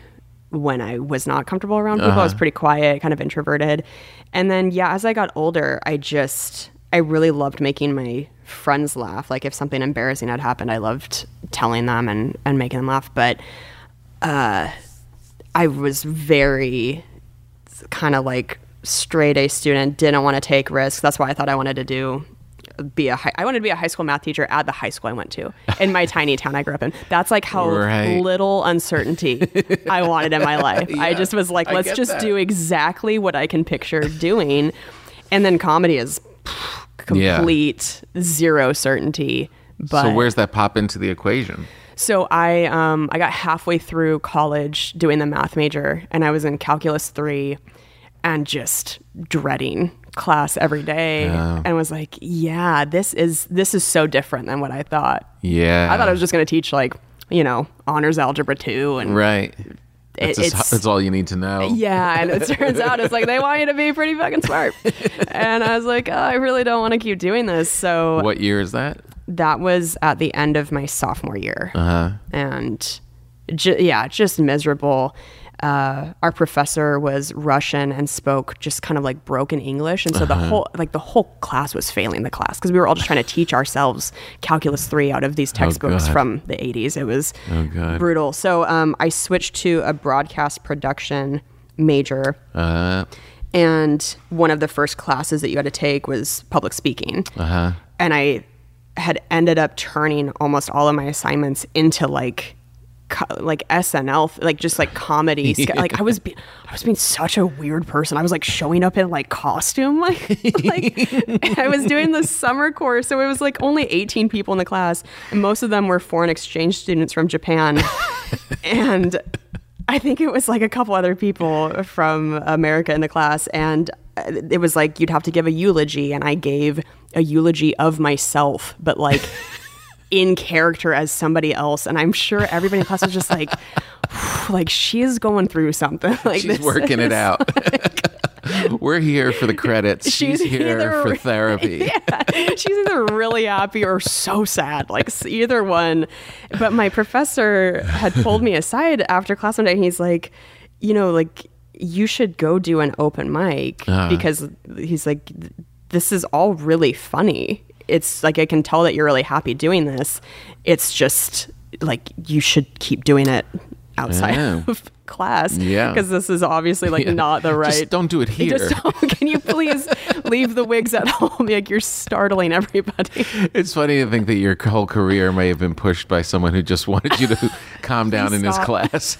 [SPEAKER 3] when I was not comfortable around people. I was pretty quiet, kind of introverted, and then yeah, as I got older, I just I really loved making my friends laugh. Like if something embarrassing had happened, I loved telling them and, and making them laugh. But uh, I was very kind of like straight A student, didn't want to take risks. That's why I thought I wanted to do be a high, I wanted to be a high school math teacher at the high school I went to in
[SPEAKER 2] <laughs>
[SPEAKER 3] my tiny town I grew up in. That's like how
[SPEAKER 2] Right.
[SPEAKER 3] little uncertainty I wanted in
[SPEAKER 2] <laughs>
[SPEAKER 3] my life. I just was like,
[SPEAKER 2] I
[SPEAKER 3] let's
[SPEAKER 2] get
[SPEAKER 3] just
[SPEAKER 2] that.
[SPEAKER 3] do exactly what I can picture doing. And then comedy is
[SPEAKER 2] Yeah.
[SPEAKER 3] complete zero certainty. But
[SPEAKER 2] so where's that pop into the equation?
[SPEAKER 3] so I um, I got halfway through college doing the math major, and I was in calculus three, and just dreading class every day, and was like, yeah, this is this is so different than what I thought.
[SPEAKER 2] Yeah,
[SPEAKER 3] I thought I was just going to teach like you know honors algebra two and
[SPEAKER 2] right. That's, just-
[SPEAKER 3] it's-
[SPEAKER 2] that's all you need to know.
[SPEAKER 3] yeah, and it turns out it's like they want you to be pretty
[SPEAKER 2] <laughs>
[SPEAKER 3] fucking smart, and I was like, oh, I really don't want to keep doing this. So
[SPEAKER 2] What year is that?
[SPEAKER 3] that was at the end of my sophomore year.
[SPEAKER 2] Uh-huh.
[SPEAKER 3] And ju- yeah, just miserable. Uh, our professor was Russian and spoke just kind of like broken English, and so
[SPEAKER 2] Uh-huh.
[SPEAKER 3] the whole like the whole class was failing the class because we were all just trying to teach ourselves calculus three out of these textbooks
[SPEAKER 2] Oh, God. Oh,
[SPEAKER 3] from the eighties. It was
[SPEAKER 2] God.
[SPEAKER 3] brutal. So um, I switched to a broadcast production major
[SPEAKER 2] Uh,
[SPEAKER 3] and one of the first classes that you had to take was public speaking.
[SPEAKER 2] Uh-huh. uh,
[SPEAKER 3] And I had ended up turning almost all of my assignments into like co- like SNL, like just like comedy. ske- Like I was, be- I was being such a weird person. I was like showing up in like costume, <laughs> like, like I was doing the summer course, so it was like only eighteen people in the class, and most of them were foreign exchange students from Japan, and I think it was like a couple other people from America in the class, and uh, it was like you'd have to give a eulogy, and I gave a eulogy of myself,
[SPEAKER 2] <laughs>
[SPEAKER 3] but like in character as somebody else, and I'm sure everybody in class was just like, <sighs> like she is going through something. <laughs> Like
[SPEAKER 2] she's working it out.
[SPEAKER 3] <laughs>
[SPEAKER 2] <laughs> We're here for the credits. She's,
[SPEAKER 3] She's
[SPEAKER 2] here
[SPEAKER 3] either- <laughs>
[SPEAKER 2] for therapy.
[SPEAKER 3] she's either really happy or so sad like s- either one but my professor had pulled me aside after class one day and he's like you know like you should go do an open mic
[SPEAKER 2] Ah.
[SPEAKER 3] because he's like this is all really funny it's like i can tell that you're really happy doing this it's just like you should keep doing it outside
[SPEAKER 2] Yeah.
[SPEAKER 3] of class
[SPEAKER 2] Yeah.
[SPEAKER 3] because this is obviously
[SPEAKER 2] <laughs>
[SPEAKER 3] like not the right
[SPEAKER 2] Just don't do it
[SPEAKER 3] you
[SPEAKER 2] here.
[SPEAKER 3] <laughs> Just don't- can
[SPEAKER 2] <laughs>
[SPEAKER 3] you please leave the wigs at home? Like you're startling everybody. <laughs>
[SPEAKER 2] It's funny to think that your whole career may have been pushed by someone who just wanted you
[SPEAKER 3] <laughs>
[SPEAKER 2] to calm down in his
[SPEAKER 3] stop. <laughs>
[SPEAKER 2] class.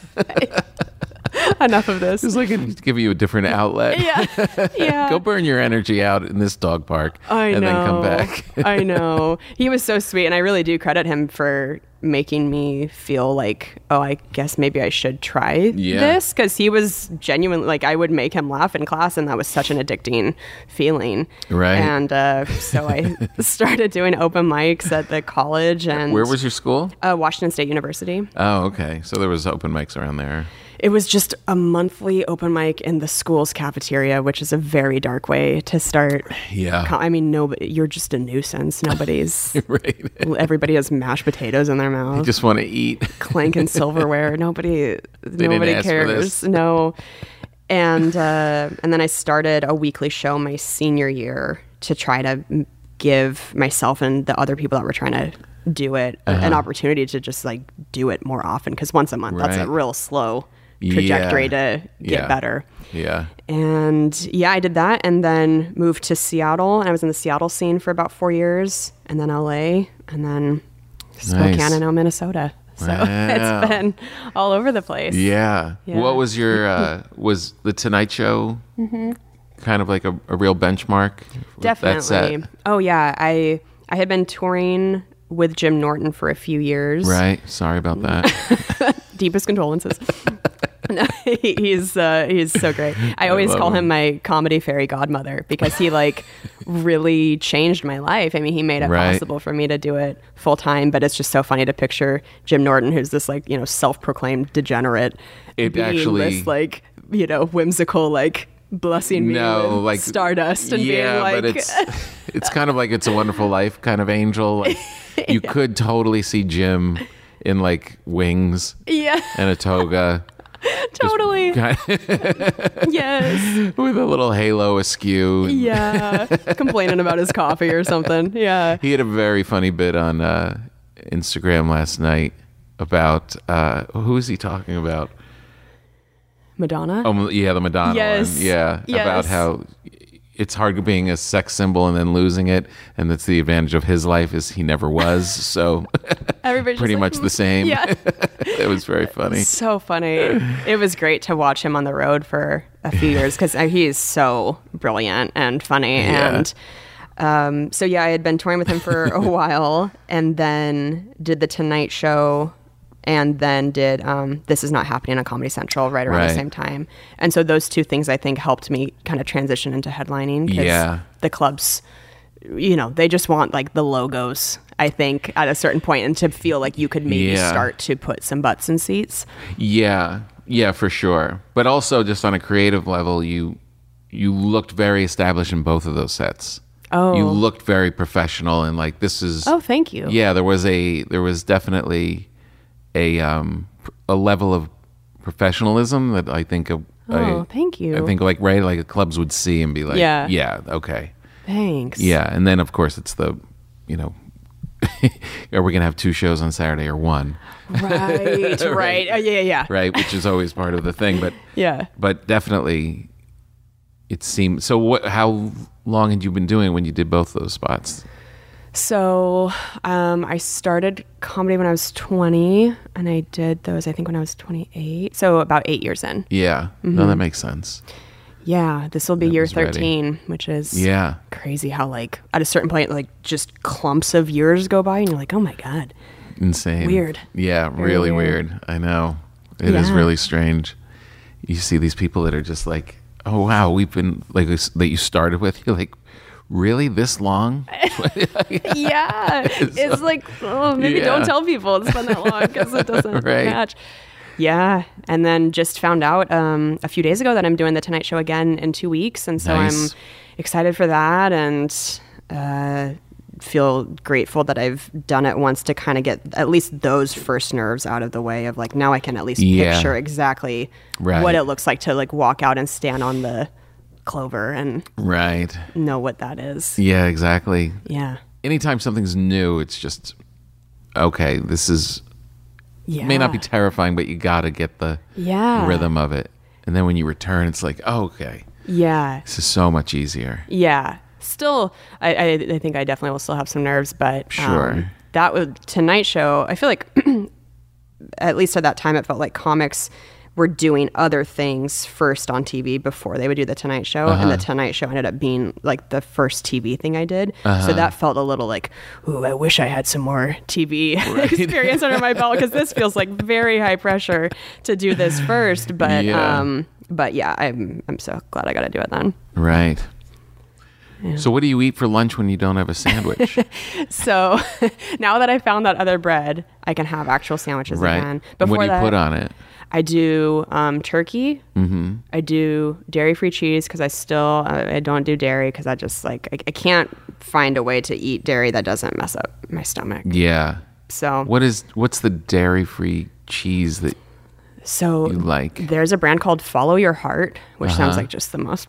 [SPEAKER 3] Enough of this.
[SPEAKER 2] It's like it <laughs> give you a different outlet. <laughs>
[SPEAKER 3] <laughs> Yeah, yeah.
[SPEAKER 2] Go burn your energy out in this dog park
[SPEAKER 3] I
[SPEAKER 2] and
[SPEAKER 3] know.
[SPEAKER 2] then come back. <laughs>
[SPEAKER 3] <laughs> I know. He was so sweet, and I really do credit him for making me feel like, oh, I guess maybe I should try
[SPEAKER 2] Yeah.
[SPEAKER 3] this because he was genuinely like I would make him laugh in class, and that was such an addicting feeling.
[SPEAKER 2] Right.
[SPEAKER 3] And uh,
[SPEAKER 2] <laughs>
[SPEAKER 3] so I <laughs> started doing open mics at the college, and
[SPEAKER 2] Where was your school?
[SPEAKER 3] uh, Washington State University.
[SPEAKER 2] Oh, okay. So there was open mics around there.
[SPEAKER 3] It was just a monthly open mic in the school's cafeteria, which is a very dark way to start.
[SPEAKER 2] Yeah.
[SPEAKER 3] co- I mean, nobody, you're just a nuisance. Nobody's,
[SPEAKER 2] <laughs>
[SPEAKER 3] <laughs>
[SPEAKER 2] right.
[SPEAKER 3] everybody has mashed potatoes in their mouth,
[SPEAKER 2] Just want to eat. <laughs>
[SPEAKER 3] clanking silverware. Nobody, nobody
[SPEAKER 2] ask for
[SPEAKER 3] cares.
[SPEAKER 2] this.
[SPEAKER 3] No. And, uh, and then I started a weekly show my senior year to try to m- give myself and the other people that were trying to do it
[SPEAKER 2] Uh-huh.
[SPEAKER 3] an opportunity to just like do it more often. Cause once a month, that's a
[SPEAKER 2] Right.
[SPEAKER 3] real slow
[SPEAKER 2] Yeah.
[SPEAKER 3] trajectory to get
[SPEAKER 2] Yeah.
[SPEAKER 3] better.
[SPEAKER 2] Yeah.
[SPEAKER 3] And yeah, I did that and then moved to Seattle. And I was in the Seattle scene for about four years and then LA and then Spokane
[SPEAKER 2] Nice.
[SPEAKER 3] and now Minnesota. <laughs> So
[SPEAKER 2] Wow.
[SPEAKER 3] it's been all over the place.
[SPEAKER 2] Yeah.
[SPEAKER 3] Yeah. Mm-hmm.
[SPEAKER 2] What was
[SPEAKER 3] <laughs>
[SPEAKER 2] your uh, was the Tonight Show kind of like a, a real benchmark?
[SPEAKER 3] Definitely.
[SPEAKER 2] That's that,
[SPEAKER 3] Oh, yeah. I, I had been touring with Jim Norton for a few years.
[SPEAKER 2] right. Sorry about
[SPEAKER 3] <laughs>
[SPEAKER 2] that.
[SPEAKER 3] deepest condolences. <laughs> No, he- he's uh, he's so
[SPEAKER 2] <laughs>
[SPEAKER 3] great. I always
[SPEAKER 2] love
[SPEAKER 3] call him.
[SPEAKER 2] him.
[SPEAKER 3] my comedy fairy godmother because he like really changed my life. I mean, he made it
[SPEAKER 2] Right.
[SPEAKER 3] possible for me to do it full time. But it's just so funny to picture Jim Norton, who's this like you know self-proclaimed degenerate,
[SPEAKER 2] It
[SPEAKER 3] being
[SPEAKER 2] actually-
[SPEAKER 3] this like you know whimsical like blessing me
[SPEAKER 2] no,
[SPEAKER 3] with
[SPEAKER 2] like
[SPEAKER 3] stardust and
[SPEAKER 2] yeah,
[SPEAKER 3] being
[SPEAKER 2] but
[SPEAKER 3] like
[SPEAKER 2] it's it's kind of like it's a Wonderful Life kind of angel. Like you could totally see Jim in like wings
[SPEAKER 3] <laughs>
[SPEAKER 2] <laughs>
[SPEAKER 3] yeah.
[SPEAKER 2] and a toga.
[SPEAKER 3] <laughs>
[SPEAKER 2] <laughs>
[SPEAKER 3] totally.
[SPEAKER 2] Kind- <laughs>
[SPEAKER 3] yes.
[SPEAKER 2] with a little halo askew. and- <laughs>
[SPEAKER 3] Yeah. Complaining about his coffee or something. Yeah.
[SPEAKER 2] He had a very funny bit on uh, Instagram last night about uh, who is he talking about?
[SPEAKER 3] Madonna.
[SPEAKER 2] Oh, yeah, the Madonna
[SPEAKER 3] Yes.
[SPEAKER 2] one. Yeah, about
[SPEAKER 3] Yes.
[SPEAKER 2] how it's hard being a sex symbol and then losing it, and that's the advantage of his life is he never
[SPEAKER 3] <laughs>
[SPEAKER 2] was. So
[SPEAKER 3] Everybody's
[SPEAKER 2] pretty
[SPEAKER 3] just like,
[SPEAKER 2] much
[SPEAKER 3] "Mm,
[SPEAKER 2] the same. <laughs>
[SPEAKER 3] Yeah.
[SPEAKER 2] it was very funny.
[SPEAKER 3] so funny. It was great to watch him on the road for a few years because he is so brilliant and funny.
[SPEAKER 2] Yeah.
[SPEAKER 3] And um, so, yeah, I had been touring with him
[SPEAKER 2] <laughs>
[SPEAKER 3] for a while and then did the Tonight Show and then did um, This Is Not Happening on Comedy Central right around
[SPEAKER 2] Right.
[SPEAKER 3] the same time. And so, those two things I think helped me kind of transition into headlining 'cause
[SPEAKER 2] Yeah.
[SPEAKER 3] the clubs. You know, they just want like the logos, I think, at a certain point, and to feel like you could maybe
[SPEAKER 2] Yeah.
[SPEAKER 3] start to put some butts in seats.
[SPEAKER 2] Yeah, yeah, for sure. But also, just on a creative level, you you looked very established in both of those sets.
[SPEAKER 3] Oh.
[SPEAKER 2] you looked very professional and like this is.
[SPEAKER 3] Oh, thank you.
[SPEAKER 2] Yeah, there was a there was definitely a um a level of professionalism that I think a,
[SPEAKER 3] Oh,
[SPEAKER 2] I-
[SPEAKER 3] thank you.
[SPEAKER 2] I think like right like clubs would see and be like,
[SPEAKER 3] Yeah.
[SPEAKER 2] yeah, okay,
[SPEAKER 3] Thanks.
[SPEAKER 2] yeah, and then of course it's the you know. <laughs> Are we gonna have two shows on Saturday or one?
[SPEAKER 3] Right. right. Oh, yeah. Yeah.
[SPEAKER 2] <laughs> Right, which is always part of the thing. But
[SPEAKER 3] <laughs> Yeah.
[SPEAKER 2] but definitely, it seemed. So what? How long had you been doing when you did both those spots?
[SPEAKER 3] So um, I started comedy when I was 20, and I did those, I think, when I was 28. So about eight years in.
[SPEAKER 2] Yeah, no,
[SPEAKER 3] Mm-hmm.
[SPEAKER 2] that makes sense.
[SPEAKER 3] Yeah. This will be year
[SPEAKER 2] was ready.
[SPEAKER 3] 13, which is
[SPEAKER 2] Yeah,
[SPEAKER 3] crazy how, like, at a certain point, like, just clumps of years go by, and you're like, oh my God.
[SPEAKER 2] insane
[SPEAKER 3] Weird.
[SPEAKER 2] yeah really
[SPEAKER 3] weird.
[SPEAKER 2] weird. i know It is
[SPEAKER 3] Yeah.
[SPEAKER 2] really strange you see these people that are just like oh wow we've been like this- that you started with <laughs> you're like really this
[SPEAKER 3] <laughs>
[SPEAKER 2] long <laughs>
[SPEAKER 3] yeah. It's like, oh, maybe
[SPEAKER 2] Yeah.
[SPEAKER 3] don't tell people it's been that long because it doesn't
[SPEAKER 2] <laughs> Right.
[SPEAKER 3] match. Yeah. And then just found out um, a few days ago that I'm doing the Tonight Show again in two weeks. And so
[SPEAKER 2] Nice.
[SPEAKER 3] I'm excited for that and uh, feel grateful that I've done it once to kind of get at least those first nerves out of the way of like, now I can at least
[SPEAKER 2] Yeah.
[SPEAKER 3] picture exactly
[SPEAKER 2] Right.
[SPEAKER 3] what it looks like to like walk out and stand on the clover and
[SPEAKER 2] right
[SPEAKER 3] know what that is.
[SPEAKER 2] yeah exactly
[SPEAKER 3] Yeah.
[SPEAKER 2] anytime something's new it's just okay this is
[SPEAKER 3] Yeah.
[SPEAKER 2] it may not be terrifying but you gotta get the
[SPEAKER 3] Yeah.
[SPEAKER 2] rhythm of it and then when you return it's like oh, okay
[SPEAKER 3] Yeah.
[SPEAKER 2] this is so much easier
[SPEAKER 3] Yeah. Still, I, I, I think I definitely will still have some nerves, but um,
[SPEAKER 2] Sure.
[SPEAKER 3] that was tonight's show. I feel like, <clears throat> at least at that time, it felt like comics were doing other things first on TV before they would do the Tonight Show, and
[SPEAKER 2] Uh-huh.
[SPEAKER 3] the Tonight Show ended up being like the first TV thing I did. So
[SPEAKER 2] Uh-huh.
[SPEAKER 3] that felt a little like, ooh, I wish I had some more <laughs> TV experience under my belt because this feels like very high pressure to do this first. But
[SPEAKER 2] Yeah.
[SPEAKER 3] um, but yeah, I'm I'm so glad I got to do it then.
[SPEAKER 2] right so what do you eat for lunch when you don't have a
[SPEAKER 3] <laughs>
[SPEAKER 2] sandwich
[SPEAKER 3] So <laughs> now that I found that other bread, I can have actual sandwiches
[SPEAKER 2] right
[SPEAKER 3] again.
[SPEAKER 2] And what do you
[SPEAKER 3] that,
[SPEAKER 2] put on it
[SPEAKER 3] I do um, turkey. Mm-hmm. I do dairy-free cheese because I still uh, I, I don't do dairy because I just like I, I can't find a way to eat dairy that doesn't mess up my stomach.
[SPEAKER 2] Yeah.
[SPEAKER 3] So
[SPEAKER 2] Mm. What is what's the dairy free cheese that
[SPEAKER 3] so
[SPEAKER 2] you like? Uh-huh.
[SPEAKER 3] there's a brand called Follow Your Heart, which sounds like just the most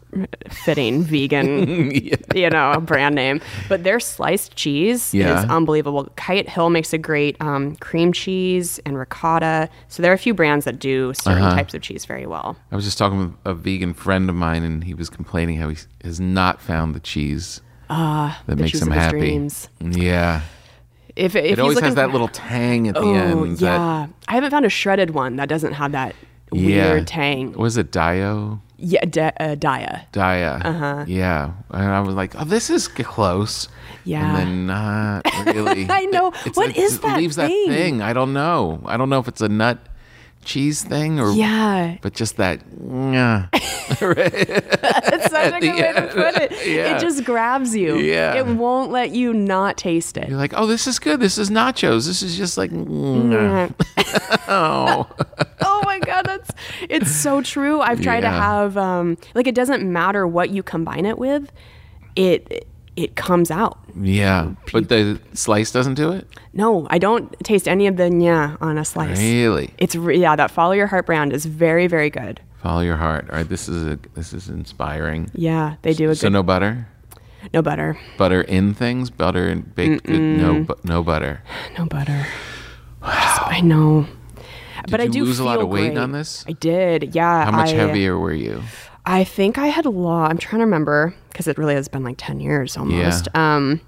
[SPEAKER 3] fitting vegan, <laughs> you know, brand name. But their sliced cheese
[SPEAKER 2] Yeah.
[SPEAKER 3] is unbelievable. Kite Hill makes a great um, cream cheese and ricotta. So there are a few brands that do certain
[SPEAKER 2] Uh-huh.
[SPEAKER 3] types of cheese very well.
[SPEAKER 2] I was just talking with a vegan friend of mine, and he was complaining how he s- has not found the cheese that
[SPEAKER 3] Ah, the
[SPEAKER 2] makes
[SPEAKER 3] cheese
[SPEAKER 2] him
[SPEAKER 3] of his
[SPEAKER 2] happy.
[SPEAKER 3] dreams.
[SPEAKER 2] Yeah,
[SPEAKER 3] If, if
[SPEAKER 2] it
[SPEAKER 3] he's
[SPEAKER 2] always has
[SPEAKER 3] looking-
[SPEAKER 2] that little tang at the
[SPEAKER 3] Oh
[SPEAKER 2] end. That,
[SPEAKER 3] yeah, I haven't found a shredded one that doesn't have that weird tang.
[SPEAKER 2] Was it Dio?
[SPEAKER 3] Yeah, da- uh, dia.
[SPEAKER 2] Dia. Uh-huh. Yeah, and I was like, oh, this is g- close.
[SPEAKER 3] Yeah.
[SPEAKER 2] and then not really.
[SPEAKER 3] <laughs> I know. What
[SPEAKER 2] it,
[SPEAKER 3] is
[SPEAKER 2] it
[SPEAKER 3] that
[SPEAKER 2] leaves
[SPEAKER 3] thing?
[SPEAKER 2] that thing? I don't know. I don't know if it's a nut cheese thing or
[SPEAKER 3] Yeah,
[SPEAKER 2] but just that. Yeah.
[SPEAKER 3] It's such a good
[SPEAKER 2] <laughs>
[SPEAKER 3] way to put it.
[SPEAKER 2] Yeah.
[SPEAKER 3] It just grabs you.
[SPEAKER 2] Yeah.
[SPEAKER 3] It won't let you not taste it.
[SPEAKER 2] You're like, oh, this is good. This is nachos. This is just like, mm, <laughs> oh,
[SPEAKER 3] oh my god, that's it's so true. I've tried to
[SPEAKER 2] Yeah.
[SPEAKER 3] have um like it doesn't matter what you combine it with. It it comes out.
[SPEAKER 2] Yeah. But the slice doesn't do it?
[SPEAKER 3] No, I don't taste any of the nya on a slice.
[SPEAKER 2] Really?
[SPEAKER 3] It's re- yeah, that follow your heart brand is very very good.
[SPEAKER 2] Follow your heart. All right, this is a, this is inspiring.
[SPEAKER 3] Yeah, they do a
[SPEAKER 2] So
[SPEAKER 3] good
[SPEAKER 2] no butter?
[SPEAKER 3] no butter,
[SPEAKER 2] Butter in things? Butter and baked good no bu- no butter.
[SPEAKER 3] no butter. Just- I know. but I
[SPEAKER 2] you
[SPEAKER 3] do
[SPEAKER 2] lose a lot
[SPEAKER 3] feel
[SPEAKER 2] of weight
[SPEAKER 3] great.
[SPEAKER 2] on this?
[SPEAKER 3] I did. Yeah.
[SPEAKER 2] How much
[SPEAKER 3] I-
[SPEAKER 2] heavier were you?
[SPEAKER 3] I think I had law. I'm trying to remember because it really has been like 10 years almost. Um,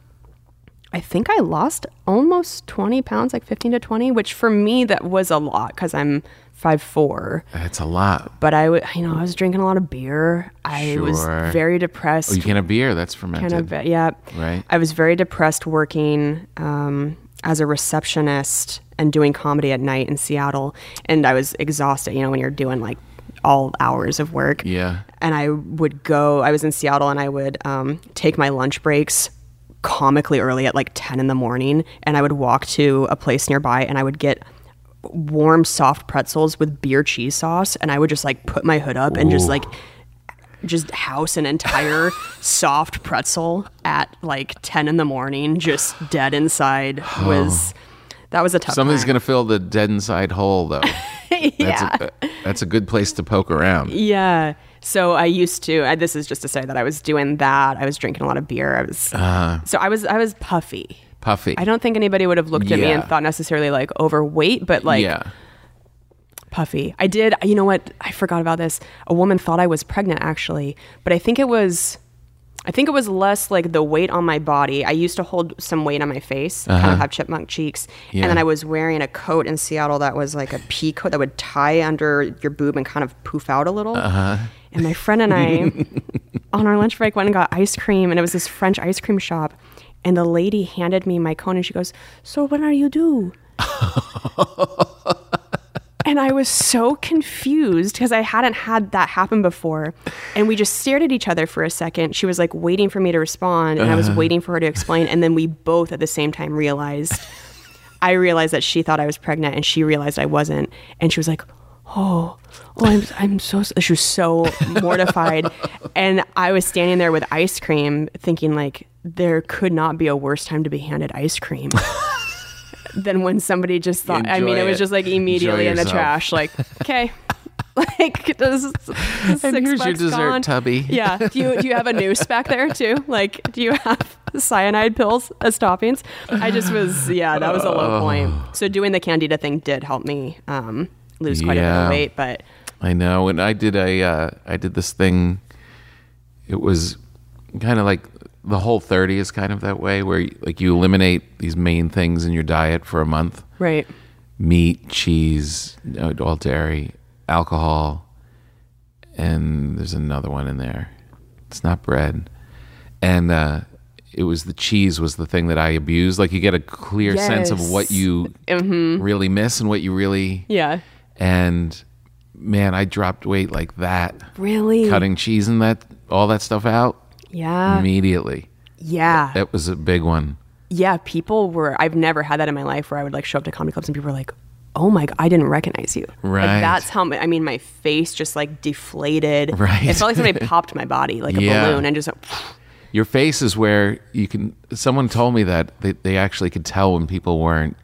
[SPEAKER 3] I think I lost almost 20 pounds, like 15 to 20, which for me, that was a lot because I'm 5'4.
[SPEAKER 2] That's a lot.
[SPEAKER 3] But I, w- you know, I was drinking a lot of beer. I was
[SPEAKER 2] Sure.
[SPEAKER 3] very depressed.
[SPEAKER 2] Oh, you can't have beer. That's fermented.
[SPEAKER 3] kind of, uh, yeah.
[SPEAKER 2] Right.
[SPEAKER 3] I was very depressed working um, as a receptionist and doing comedy at night in Seattle. And I was exhausted, you know, when you're doing like all hours of work
[SPEAKER 2] Yeah.
[SPEAKER 3] and I would go. I was in Seattle, and I would um, take my lunch breaks comically early at like ten in the morning, and I would walk to a place nearby, and I would get warm, soft pretzels with beer cheese sauce, and I would just like put my hood up and just
[SPEAKER 2] Ooh.
[SPEAKER 3] like just house
[SPEAKER 2] <laughs>
[SPEAKER 3] an entire soft pretzel at like 10 in the morning just dead inside was that was a tough
[SPEAKER 2] Something's
[SPEAKER 3] time.
[SPEAKER 2] going to fill the dead inside hole,
[SPEAKER 3] <laughs>
[SPEAKER 2] though. That's,
[SPEAKER 3] yeah.
[SPEAKER 2] a, that's a good place to poke around.
[SPEAKER 3] Yeah. So I used to. I, this is just to say that I was doing that. I was drinking a lot of beer. I was.
[SPEAKER 2] Uh-huh.
[SPEAKER 3] so I was. I was puffy.
[SPEAKER 2] Puffy.
[SPEAKER 3] I don't think anybody would have looked at me and
[SPEAKER 2] Yeah.
[SPEAKER 3] thought necessarily like overweight, but like
[SPEAKER 2] yeah.
[SPEAKER 3] puffy. I did. You know what? I forgot about this. A woman thought I was pregnant actually, but I think it was. I think it was less like the weight on my body. I used to hold some weight on my face, kind of have chipmunk cheeks,
[SPEAKER 2] Yeah.
[SPEAKER 3] and then I was wearing a coat in Seattle that was like a pea coat that would tie under your boob and kind of poof out a little. And my friend and I, on our lunch break, went and got ice cream, and it was this French ice cream shop. And the lady handed me my cone, and she goes, "So when are you due?" And I was so confused because I hadn't had that happen before. And we just stared at each other for a second. She was like waiting for me to respond, and I was waiting for her to explain. And then we both at the same time realized I realized that she thought I was pregnant, and she realized I wasn't. And she was like, Oh, oh, I'm, I'm so, she was so
[SPEAKER 2] <laughs>
[SPEAKER 3] mortified. and I was standing there with ice cream thinking, like, there could not be a worse time to be handed
[SPEAKER 2] <laughs>
[SPEAKER 3] ice cream. than when somebody just thought I mean
[SPEAKER 2] Enjoy
[SPEAKER 3] it was
[SPEAKER 2] it.
[SPEAKER 3] just like immediately
[SPEAKER 2] Enjoy
[SPEAKER 3] in the
[SPEAKER 2] yourself. <laughs>
[SPEAKER 3] trash. Like, okay. <laughs> like this is six
[SPEAKER 2] here's your
[SPEAKER 3] bucks
[SPEAKER 2] dessert,
[SPEAKER 3] gone.
[SPEAKER 2] Tubby.
[SPEAKER 3] Yeah. Do you do you have a noose back there too? Like, do you have cyanide pills as toppings? I just was yeah, that was a
[SPEAKER 2] Oh.
[SPEAKER 3] low point. So doing the candida thing did help me um, lose quite a bit
[SPEAKER 2] Yeah.
[SPEAKER 3] of weight, but
[SPEAKER 2] I know, and I did a uh, I did this thing. It was kind of like the whole thirty is kind of that way, where like you eliminate these main things in your diet for a month:
[SPEAKER 3] right.
[SPEAKER 2] meat, cheese, no, all dairy, alcohol, and there's another one in there. It's not bread, and uh, it was the cheese was the thing that I abused. Like you get a clear sense of what
[SPEAKER 3] Yes.
[SPEAKER 2] you really miss and what you really
[SPEAKER 3] Yeah.
[SPEAKER 2] and man, I dropped weight like that.
[SPEAKER 3] Really?
[SPEAKER 2] Cutting cheese and that all that stuff out
[SPEAKER 3] Yeah.
[SPEAKER 2] immediately.
[SPEAKER 3] Yeah.
[SPEAKER 2] That was a big one.
[SPEAKER 3] yeah, people were. I've never had that in my life where I would like show up to comedy clubs and people were like, "Oh my god, I didn't recognize you."
[SPEAKER 2] Right.
[SPEAKER 3] Like, that's how. My, I mean, my face just like deflated.
[SPEAKER 2] Right.
[SPEAKER 3] It felt
[SPEAKER 2] <laughs>
[SPEAKER 3] like somebody popped my body like a
[SPEAKER 2] Yeah.
[SPEAKER 3] balloon and just. went,
[SPEAKER 2] Your face is where you can. Someone told me that they, they actually could tell when people weren't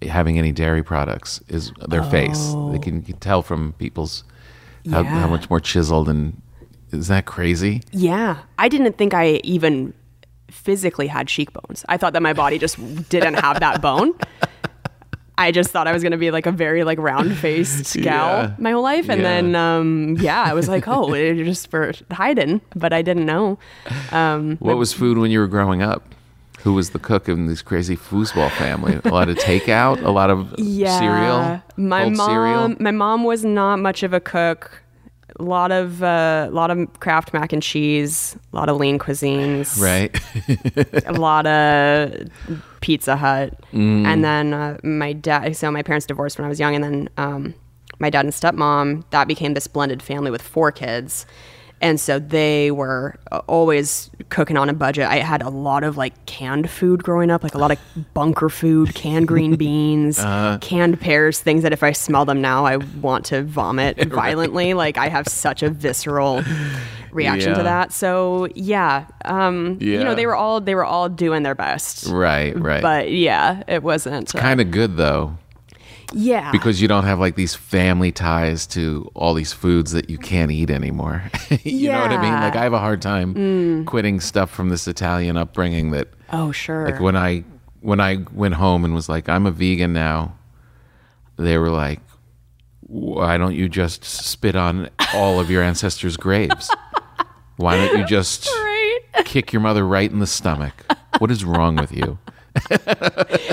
[SPEAKER 2] having any dairy products is their face. They can you can tell from people's how,
[SPEAKER 3] Yeah.
[SPEAKER 2] how much more chiseled and is that crazy?
[SPEAKER 3] Yeah, I didn't think I even physically had cheekbones. I thought that my body just didn't have that bone. I just thought I was going to be like a very like round-faced gal
[SPEAKER 2] Yeah.
[SPEAKER 3] my whole life and
[SPEAKER 2] Yeah.
[SPEAKER 3] then um yeah, I was like, "Oh, you're just for hiding," but I didn't know. Um
[SPEAKER 2] What was food when you were growing up? Who was the cook in this crazy foosball family? A lot of takeout, a lot of cereal,
[SPEAKER 3] My
[SPEAKER 2] old
[SPEAKER 3] mom, <laughs>
[SPEAKER 2] cereal.
[SPEAKER 3] my mom was not much of a cook. A lot of uh, lot of Kraft mac and cheese, a lot of lean cuisines,
[SPEAKER 2] Right.
[SPEAKER 3] a lot of Pizza Hut, and then uh, my dad. So my parents divorced when I was young, and then um, my dad and stepmom. That became this blended family with four kids, and so they were uh, always cooking on a budget. I had a lot of like canned food growing up, like a lot of bunker food, canned green beans, canned pears, things that if I smell them now, I want to vomit violently. Like I have such a visceral reaction
[SPEAKER 2] Yeah.
[SPEAKER 3] to that. So yeah, um, you
[SPEAKER 2] Yeah.
[SPEAKER 3] know they were all they were all doing their best,
[SPEAKER 2] Right, right.
[SPEAKER 3] but yeah, it wasn't. uh,
[SPEAKER 2] kind of good though
[SPEAKER 3] yeah,
[SPEAKER 2] because you don't have like these family ties to all these foods that you can't eat anymore. <laughs> you know what I mean?
[SPEAKER 3] Yeah. Mm.
[SPEAKER 2] Like I have a hard time quitting stuff from this Italian upbringing that
[SPEAKER 3] oh sure,
[SPEAKER 2] like when I when I went home and was like I'm a vegan now, they were like why don't you just spit on all of your ancestors' graves? Why don't you just
[SPEAKER 3] right? <laughs>
[SPEAKER 2] kick your mother right in the stomach? What is wrong with you?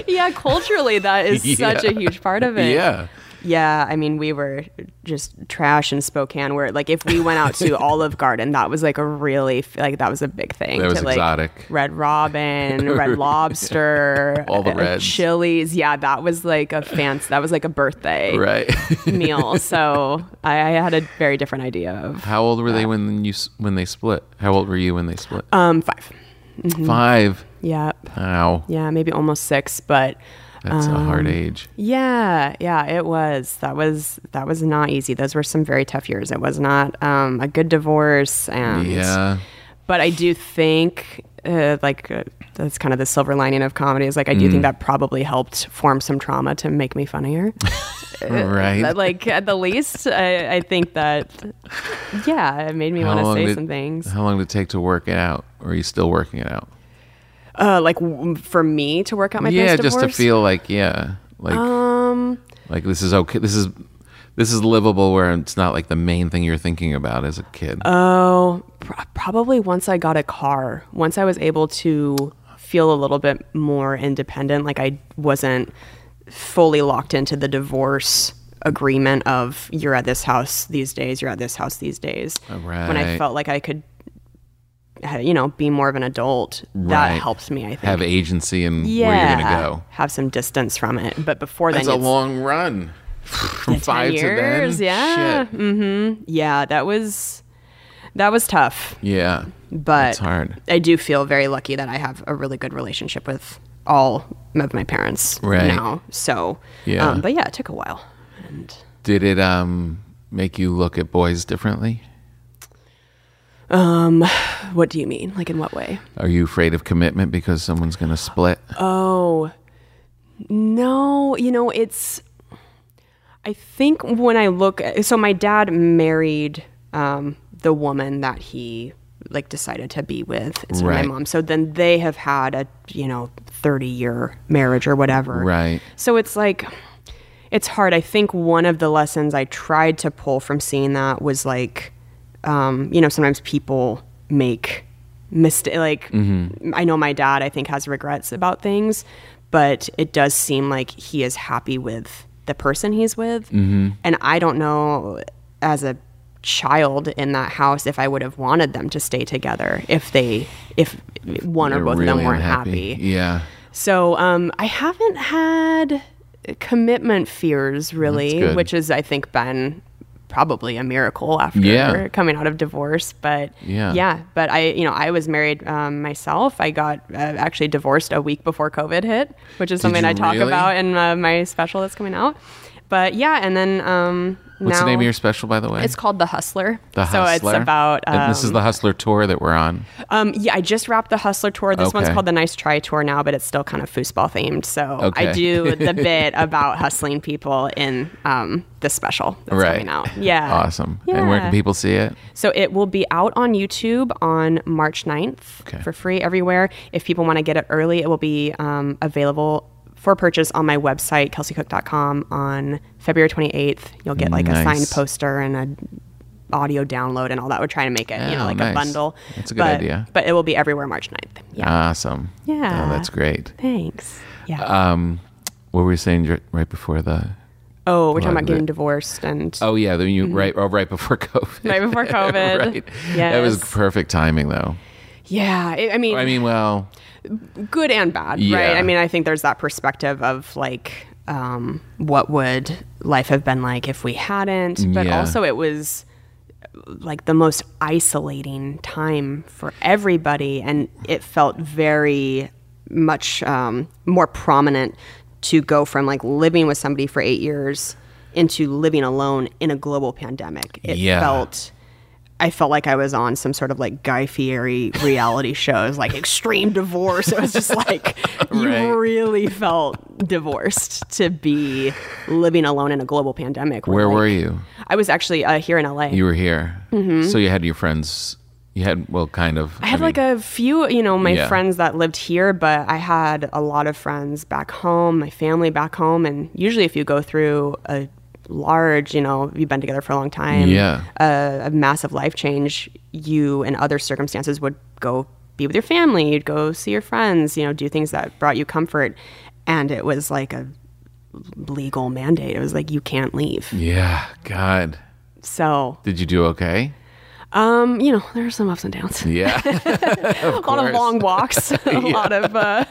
[SPEAKER 3] yeah, culturally
[SPEAKER 2] <laughs>
[SPEAKER 3] that is such
[SPEAKER 2] Yeah.
[SPEAKER 3] a huge part of it.
[SPEAKER 2] Yeah.
[SPEAKER 3] Yeah, I mean, we were just trash in Spokane. Where like if we went out
[SPEAKER 2] <laughs>
[SPEAKER 3] to Olive Garden, that was like a really like that was a big thing.
[SPEAKER 2] That was
[SPEAKER 3] to, like,
[SPEAKER 2] exotic.
[SPEAKER 3] Red
[SPEAKER 2] <laughs>
[SPEAKER 3] Robin, Red Lobster,
[SPEAKER 2] All the
[SPEAKER 3] uh,
[SPEAKER 2] reds.
[SPEAKER 3] Chili's. Yeah, that was like a fancy. That was like a birthday
[SPEAKER 2] Right. <laughs>
[SPEAKER 3] meal. So I, I had a very different idea of
[SPEAKER 2] How old were they when you s- when they split? How old were you when they split?
[SPEAKER 3] um five.
[SPEAKER 2] Five.
[SPEAKER 3] Yeah,
[SPEAKER 2] Wow,
[SPEAKER 3] yeah, maybe almost six, but.
[SPEAKER 2] that's a
[SPEAKER 3] Um,
[SPEAKER 2] hard age.
[SPEAKER 3] Yeah, yeah, it was. That was that was not easy. Those were some very tough years. It was not um, a good divorce, and
[SPEAKER 2] Yeah,
[SPEAKER 3] but I do think uh, like uh, that's kind of the silver lining of comedy is like I
[SPEAKER 2] Mm.
[SPEAKER 3] do think that probably helped form some trauma to make
[SPEAKER 2] <laughs>
[SPEAKER 3] me funnier.
[SPEAKER 2] right.
[SPEAKER 3] But, like at the least, I, I think that yeah, it made me want to say
[SPEAKER 2] did,
[SPEAKER 3] some things.
[SPEAKER 2] How long did it take to work it out? Or are you still working it out?
[SPEAKER 3] Uh, like w- for me to work out my
[SPEAKER 2] yeah,
[SPEAKER 3] post
[SPEAKER 2] just to
[SPEAKER 3] divorce. Um,
[SPEAKER 2] feel like yeah, like
[SPEAKER 3] Oh.
[SPEAKER 2] like this is okay. This is this is livable where it's not like the main thing you're thinking about as a kid.
[SPEAKER 3] Oh, pr- probably once I got a car. Once I was able to feel a little bit more independent, like I wasn't fully locked into the divorce agreement of you're at this house these days, you're at this house these days. When I
[SPEAKER 2] right.
[SPEAKER 3] felt like I could, uh, you know, be more of an adult,
[SPEAKER 2] Right.
[SPEAKER 3] that helps me. I think.
[SPEAKER 2] Have agency in
[SPEAKER 3] yeah,
[SPEAKER 2] where you're gonna go.
[SPEAKER 3] have some distance from it. But before
[SPEAKER 2] That's
[SPEAKER 3] then,
[SPEAKER 2] a
[SPEAKER 3] it's-
[SPEAKER 2] long run. From five
[SPEAKER 3] years,
[SPEAKER 2] to then,
[SPEAKER 3] yeah. Mm.
[SPEAKER 2] Shit.
[SPEAKER 3] yeah, that was that was tough.
[SPEAKER 2] yeah,
[SPEAKER 3] but
[SPEAKER 2] It's hard.
[SPEAKER 3] I do feel very lucky that I have a really good relationship with all of my parents
[SPEAKER 2] Right.
[SPEAKER 3] now. So,
[SPEAKER 2] Yeah.
[SPEAKER 3] Um, but yeah, it took a while. And
[SPEAKER 2] Did it um make you look at boys differently?
[SPEAKER 3] um, what do you mean? Like in what way?
[SPEAKER 2] Are you afraid of commitment because someone's going to split?
[SPEAKER 3] Oh, no. You know, it's. I think when I look, at, so my dad married um, the woman that he like decided to be with. It's
[SPEAKER 2] Right.
[SPEAKER 3] my mom. So then they have had a you know thirty year marriage or whatever.
[SPEAKER 2] Right.
[SPEAKER 3] So it's like, it's hard. I think one of the lessons I tried to pull from seeing that was like, um, you know, sometimes people make mistake. Like,
[SPEAKER 2] Mm-hmm.
[SPEAKER 3] I know my dad, I think, has regrets about things, but it does seem like he is happy with the person he's with.
[SPEAKER 2] Mm-hmm.
[SPEAKER 3] And I don't know as a child in that house if I would have wanted them to stay together if they, if one or
[SPEAKER 2] They're
[SPEAKER 3] both of them
[SPEAKER 2] really
[SPEAKER 3] weren't
[SPEAKER 2] unhappy.
[SPEAKER 3] happy.
[SPEAKER 2] Yeah.
[SPEAKER 3] So um, I haven't had commitment fears
[SPEAKER 2] That's
[SPEAKER 3] really,
[SPEAKER 2] good.
[SPEAKER 3] which is I think been probably a miracle after
[SPEAKER 2] Yeah.
[SPEAKER 3] coming out of divorce. But
[SPEAKER 2] Yeah.
[SPEAKER 3] but I you know I was married um, myself. I got uh, actually divorced a week before COVID hit, which is something
[SPEAKER 2] you
[SPEAKER 3] I talk
[SPEAKER 2] really?
[SPEAKER 3] about in uh, my special that's coming out. But yeah, and then um,
[SPEAKER 2] What's
[SPEAKER 3] now
[SPEAKER 2] the name of your special, by the way?
[SPEAKER 3] it's called The Hustler.
[SPEAKER 2] the
[SPEAKER 3] so
[SPEAKER 2] Hustler.
[SPEAKER 3] it's about um,
[SPEAKER 2] and this is the Hustler tour that we're on.
[SPEAKER 3] um, yeah, I just wrapped the Hustler tour. This one's
[SPEAKER 2] Okay.
[SPEAKER 3] called the Nice Try tour now, but it's still kind of foosball themed. So
[SPEAKER 2] Okay. <laughs>
[SPEAKER 3] I do the bit about hustling people in um, this special that's
[SPEAKER 2] right.
[SPEAKER 3] coming out. Yeah.
[SPEAKER 2] awesome. And where
[SPEAKER 3] Yeah.
[SPEAKER 2] can people see it?
[SPEAKER 3] So it will be out on YouTube on March 9th
[SPEAKER 2] Okay.
[SPEAKER 3] for free everywhere. If people want to get it early, it will be um, available for purchase on my website, kelseycook.com, on February 28th. You'll get like
[SPEAKER 2] Nice.
[SPEAKER 3] a signed poster and a audio download and all that. We're trying to make it, you
[SPEAKER 2] Oh,
[SPEAKER 3] know, like
[SPEAKER 2] nice.
[SPEAKER 3] a bundle.
[SPEAKER 2] That's a good
[SPEAKER 3] but,
[SPEAKER 2] idea. Uh,
[SPEAKER 3] But it will be everywhere March 9th. Yeah.
[SPEAKER 2] Awesome.
[SPEAKER 3] Yeah.
[SPEAKER 2] Oh, that's great.
[SPEAKER 3] Thanks. Yeah.
[SPEAKER 2] Um, what were you saying dr- right before the?
[SPEAKER 3] oh, we're talking
[SPEAKER 2] like
[SPEAKER 3] about getting
[SPEAKER 2] the-
[SPEAKER 3] divorced and
[SPEAKER 2] Oh yeah, then you right oh, right before <laughs> COVID.
[SPEAKER 3] Mm-hmm. right before COVID.
[SPEAKER 2] right. That was
[SPEAKER 3] Yes.
[SPEAKER 2] perfect timing, though.
[SPEAKER 3] Yeah. It- I mean,
[SPEAKER 2] I mean, well,
[SPEAKER 3] good and bad,
[SPEAKER 2] Yeah.
[SPEAKER 3] right? I mean, I think there's that perspective of like, um, what would life have been like if we hadn't? But
[SPEAKER 2] Yeah.
[SPEAKER 3] also, it was like the most isolating time for everybody, and it felt very much um, more prominent to go from like living with somebody for eight years into living alone in a global pandemic. It
[SPEAKER 2] Yeah.
[SPEAKER 3] felt I felt like I was on some sort of like Guy Fieri reality <laughs> shows, like extreme divorce. It was just
[SPEAKER 2] <laughs>
[SPEAKER 3] like
[SPEAKER 2] Right.
[SPEAKER 3] you really felt divorced to be living alone in a global pandemic.
[SPEAKER 2] Where
[SPEAKER 3] like-
[SPEAKER 2] were you?
[SPEAKER 3] I was actually uh, here in LA.
[SPEAKER 2] You were here. So you had your friends. You had well, kind of.
[SPEAKER 3] Mm-hmm. I had like a few, you know, my
[SPEAKER 2] Yeah.
[SPEAKER 3] friends that lived here, but I had a lot of friends back home, my family back home, and usually if you go through a large, you know, you've been together for a long time, uh,
[SPEAKER 2] Yeah.
[SPEAKER 3] a, a massive life change, you in other circumstances would go be with your family, you'd go see your friends, you know, do things that brought you comfort, and it was like a legal mandate. It was like you can't leave.
[SPEAKER 2] Yeah. God.
[SPEAKER 3] So,
[SPEAKER 2] Did you do okay?
[SPEAKER 3] um, you know, there are some ups and downs. <laughs>
[SPEAKER 2] Yeah.
[SPEAKER 3] a lot of
[SPEAKER 2] course.
[SPEAKER 3] long
[SPEAKER 2] <laughs>
[SPEAKER 3] walks, <laughs> a lot of, uh,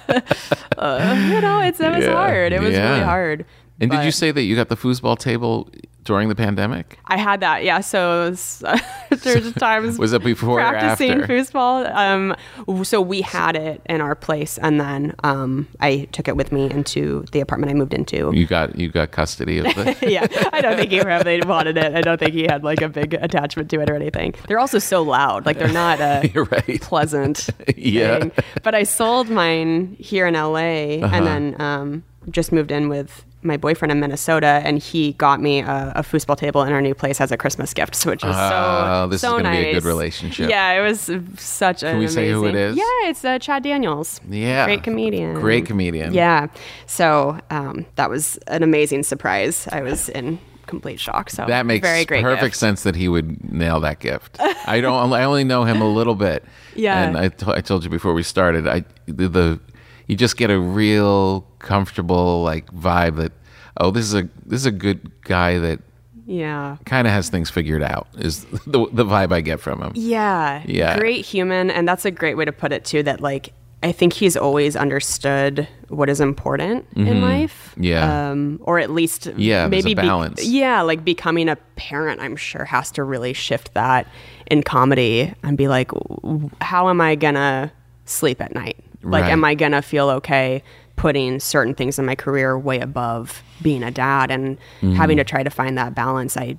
[SPEAKER 3] uh, you know, it's, it was
[SPEAKER 2] Yeah.
[SPEAKER 3] hard. It was
[SPEAKER 2] Yeah.
[SPEAKER 3] really hard.
[SPEAKER 2] and did you
[SPEAKER 3] But
[SPEAKER 2] say that you got the foosball table during the pandemic?
[SPEAKER 3] I had that, yeah. So it was, uh, <laughs> there's times
[SPEAKER 2] Was it before or
[SPEAKER 3] practicing
[SPEAKER 2] after?
[SPEAKER 3] foosball. Um, w- so we had it in our place, and then um, I took it with me into the apartment I moved into.
[SPEAKER 2] You got you got custody of the. <laughs>
[SPEAKER 3] <laughs> yeah, I don't think he probably wanted it. I don't think he had like a big attachment to it or anything. They're also so loud; like they're not a
[SPEAKER 2] <laughs> You're right. <laughs>
[SPEAKER 3] pleasant.
[SPEAKER 2] Yeah.
[SPEAKER 3] thing. But I sold mine here in LA,
[SPEAKER 2] Uh-huh.
[SPEAKER 3] and then um, just moved in with my boyfriend in Minnesota, and he got me a, a foosball table in our new place as a Christmas gift, which is
[SPEAKER 2] Ah,
[SPEAKER 3] so
[SPEAKER 2] this is
[SPEAKER 3] so
[SPEAKER 2] gonna be a good
[SPEAKER 3] nice.
[SPEAKER 2] relationship.
[SPEAKER 3] Yeah, it was such a.
[SPEAKER 2] Can we say who it is?
[SPEAKER 3] Yeah, it's uh, Chad Daniels.
[SPEAKER 2] Yeah.
[SPEAKER 3] great comedian.
[SPEAKER 2] Great comedian.
[SPEAKER 3] Yeah. So um, that was an amazing surprise. I was in complete shock. So
[SPEAKER 2] That makes
[SPEAKER 3] very great
[SPEAKER 2] perfect
[SPEAKER 3] gift.
[SPEAKER 2] sense that he would nail that gift. I don't. I only know him a little bit.
[SPEAKER 3] <laughs> Yeah.
[SPEAKER 2] And I, t- I told you before we started. I the, the you just get a real comfortable like vibe that oh this is a this is a good guy that
[SPEAKER 3] Yeah.
[SPEAKER 2] kind of has things figured out is <laughs> the the vibe I get from him.
[SPEAKER 3] Yeah.
[SPEAKER 2] Yeah.
[SPEAKER 3] Great human. And that's a great way to put it, too, that like, I think he's always understood what is important in life.
[SPEAKER 2] Mm-hmm. Yeah.
[SPEAKER 3] Um, or at least,
[SPEAKER 2] Yeah, there's a
[SPEAKER 3] maybe be-
[SPEAKER 2] balance.
[SPEAKER 3] yeah. Like becoming a parent, I'm sure, has to really shift that in comedy and be like, w- how am I going to sleep at night? Like,
[SPEAKER 2] Right.
[SPEAKER 3] am I going to feel okay putting certain things in my career way above being a dad and
[SPEAKER 2] Mm-hmm.
[SPEAKER 3] having to try to find that balance? I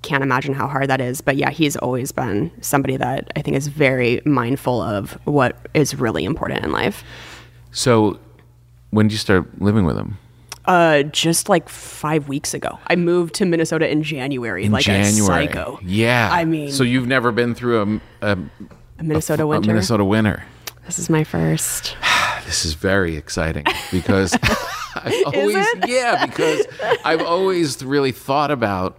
[SPEAKER 3] can't imagine how hard that is. But yeah, he's always been somebody that I think is very mindful of what is really important in life.
[SPEAKER 2] So when did you start living with him?
[SPEAKER 3] Uh, just like five weeks ago, I moved to Minnesota in January, like a
[SPEAKER 2] January.
[SPEAKER 3] psycho.
[SPEAKER 2] Yeah.
[SPEAKER 3] I mean-
[SPEAKER 2] so you've never been through a, a,
[SPEAKER 3] A Minnesota winter.
[SPEAKER 2] a Minnesota winter.
[SPEAKER 3] This is my first.
[SPEAKER 2] This is very exciting
[SPEAKER 3] <laughs>
[SPEAKER 2] because <laughs> I've always
[SPEAKER 3] it?
[SPEAKER 2] yeah because I've always really thought about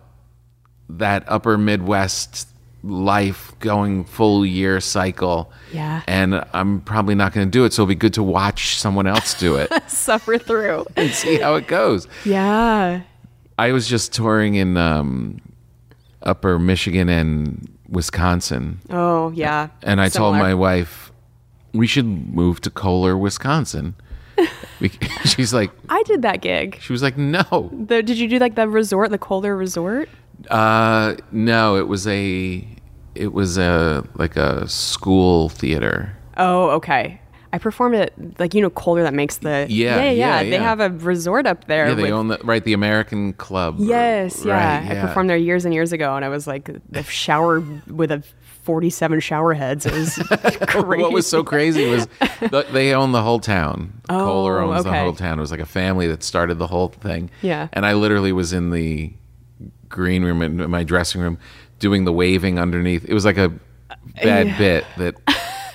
[SPEAKER 2] that upper Midwest life going full year cycle.
[SPEAKER 3] Yeah.
[SPEAKER 2] And I'm probably not going to do it, so it'll be good to watch someone else do
[SPEAKER 3] <laughs>
[SPEAKER 2] it
[SPEAKER 3] <laughs> Suffer through.
[SPEAKER 2] and see how it goes.
[SPEAKER 3] Yeah.
[SPEAKER 2] I was just touring in um, upper Michigan and Wisconsin.
[SPEAKER 3] Oh, yeah.
[SPEAKER 2] And I told
[SPEAKER 3] Similar.
[SPEAKER 2] my wife, we should move to Kohler,
[SPEAKER 3] <laughs>
[SPEAKER 2] Wisconsin. Bec- <laughs> She's like,
[SPEAKER 3] I did that gig.
[SPEAKER 2] she was like, no,
[SPEAKER 3] The, did you do like the resort, the Kohler Resort?
[SPEAKER 2] uh, no. It was a, it was a like a school theater.
[SPEAKER 3] Oh, okay. I performed at like you know Kohler that makes the
[SPEAKER 2] Yeah,
[SPEAKER 3] yeah,
[SPEAKER 2] yeah,
[SPEAKER 3] They
[SPEAKER 2] yeah.
[SPEAKER 3] have a resort up there.
[SPEAKER 2] Yeah, they
[SPEAKER 3] with-
[SPEAKER 2] own the right the American Club. or-
[SPEAKER 3] yes, yeah.
[SPEAKER 2] right,
[SPEAKER 3] I performed there years and years ago, and I was like the shower with a forty-seven shower heads. It was <laughs>
[SPEAKER 2] <laughs>
[SPEAKER 3] crazy.
[SPEAKER 2] What was so crazy
[SPEAKER 3] <laughs>
[SPEAKER 2] was th- they own the whole town.
[SPEAKER 3] Oh,
[SPEAKER 2] Kohler owns the
[SPEAKER 3] okay.
[SPEAKER 2] whole town. It was like a family that started the whole thing.
[SPEAKER 3] Yeah.
[SPEAKER 2] And I literally was in the green room in my dressing room doing the waving underneath. It was like a bad bit that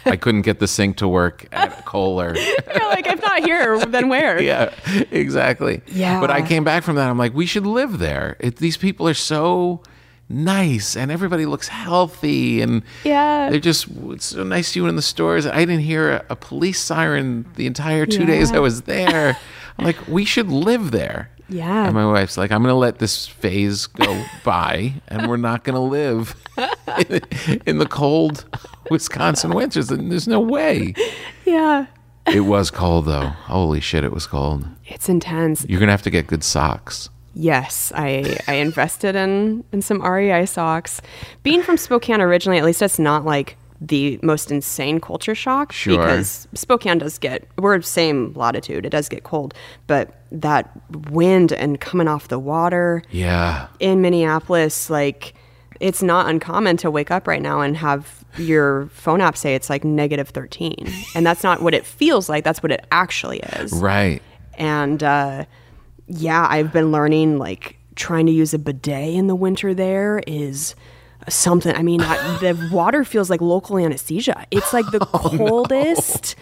[SPEAKER 2] I couldn't get the sink to work at
[SPEAKER 3] <laughs>
[SPEAKER 2] Kohler.
[SPEAKER 3] You're like if not here, then where?
[SPEAKER 2] yeah, exactly.
[SPEAKER 3] Yeah.
[SPEAKER 2] But I came back from that. I'm like, we should live there. It, these people are so nice and everybody looks healthy and
[SPEAKER 3] Yeah.
[SPEAKER 2] they're just it's so nice to you in the stores. I didn't hear a, a police siren the entire two days I
[SPEAKER 3] Yeah.
[SPEAKER 2] was
[SPEAKER 3] <laughs>
[SPEAKER 2] there. I'm like, we should live there.
[SPEAKER 3] Yeah.
[SPEAKER 2] And my wife's like, I'm going to let this phase go <laughs> by and we're not going to live <laughs> in, in the cold Wisconsin winters. There's no
[SPEAKER 3] <laughs>
[SPEAKER 2] way.
[SPEAKER 3] Yeah.
[SPEAKER 2] It was cold though. Holy shit, it was cold.
[SPEAKER 3] It's intense.
[SPEAKER 2] You're gonna have to get good socks.
[SPEAKER 3] Yes, I, I invested in in some REI socks. Being from Spokane originally, at least it's not like the most insane culture shock
[SPEAKER 2] Sure.
[SPEAKER 3] because Spokane does get we're same latitude. It does get cold, but that wind and coming off the water
[SPEAKER 2] Yeah.
[SPEAKER 3] in Minneapolis, like it's not uncommon to wake up right now and have your phone app say it's like negative 13. And that's not what it feels like, that's what it actually is.
[SPEAKER 2] Right.
[SPEAKER 3] And uh, yeah, I've been learning like trying to use a bidet in the winter there is something. I mean, I,
[SPEAKER 2] <laughs>
[SPEAKER 3] the water feels like local anesthesia. It's like the
[SPEAKER 2] Oh,
[SPEAKER 3] coldest.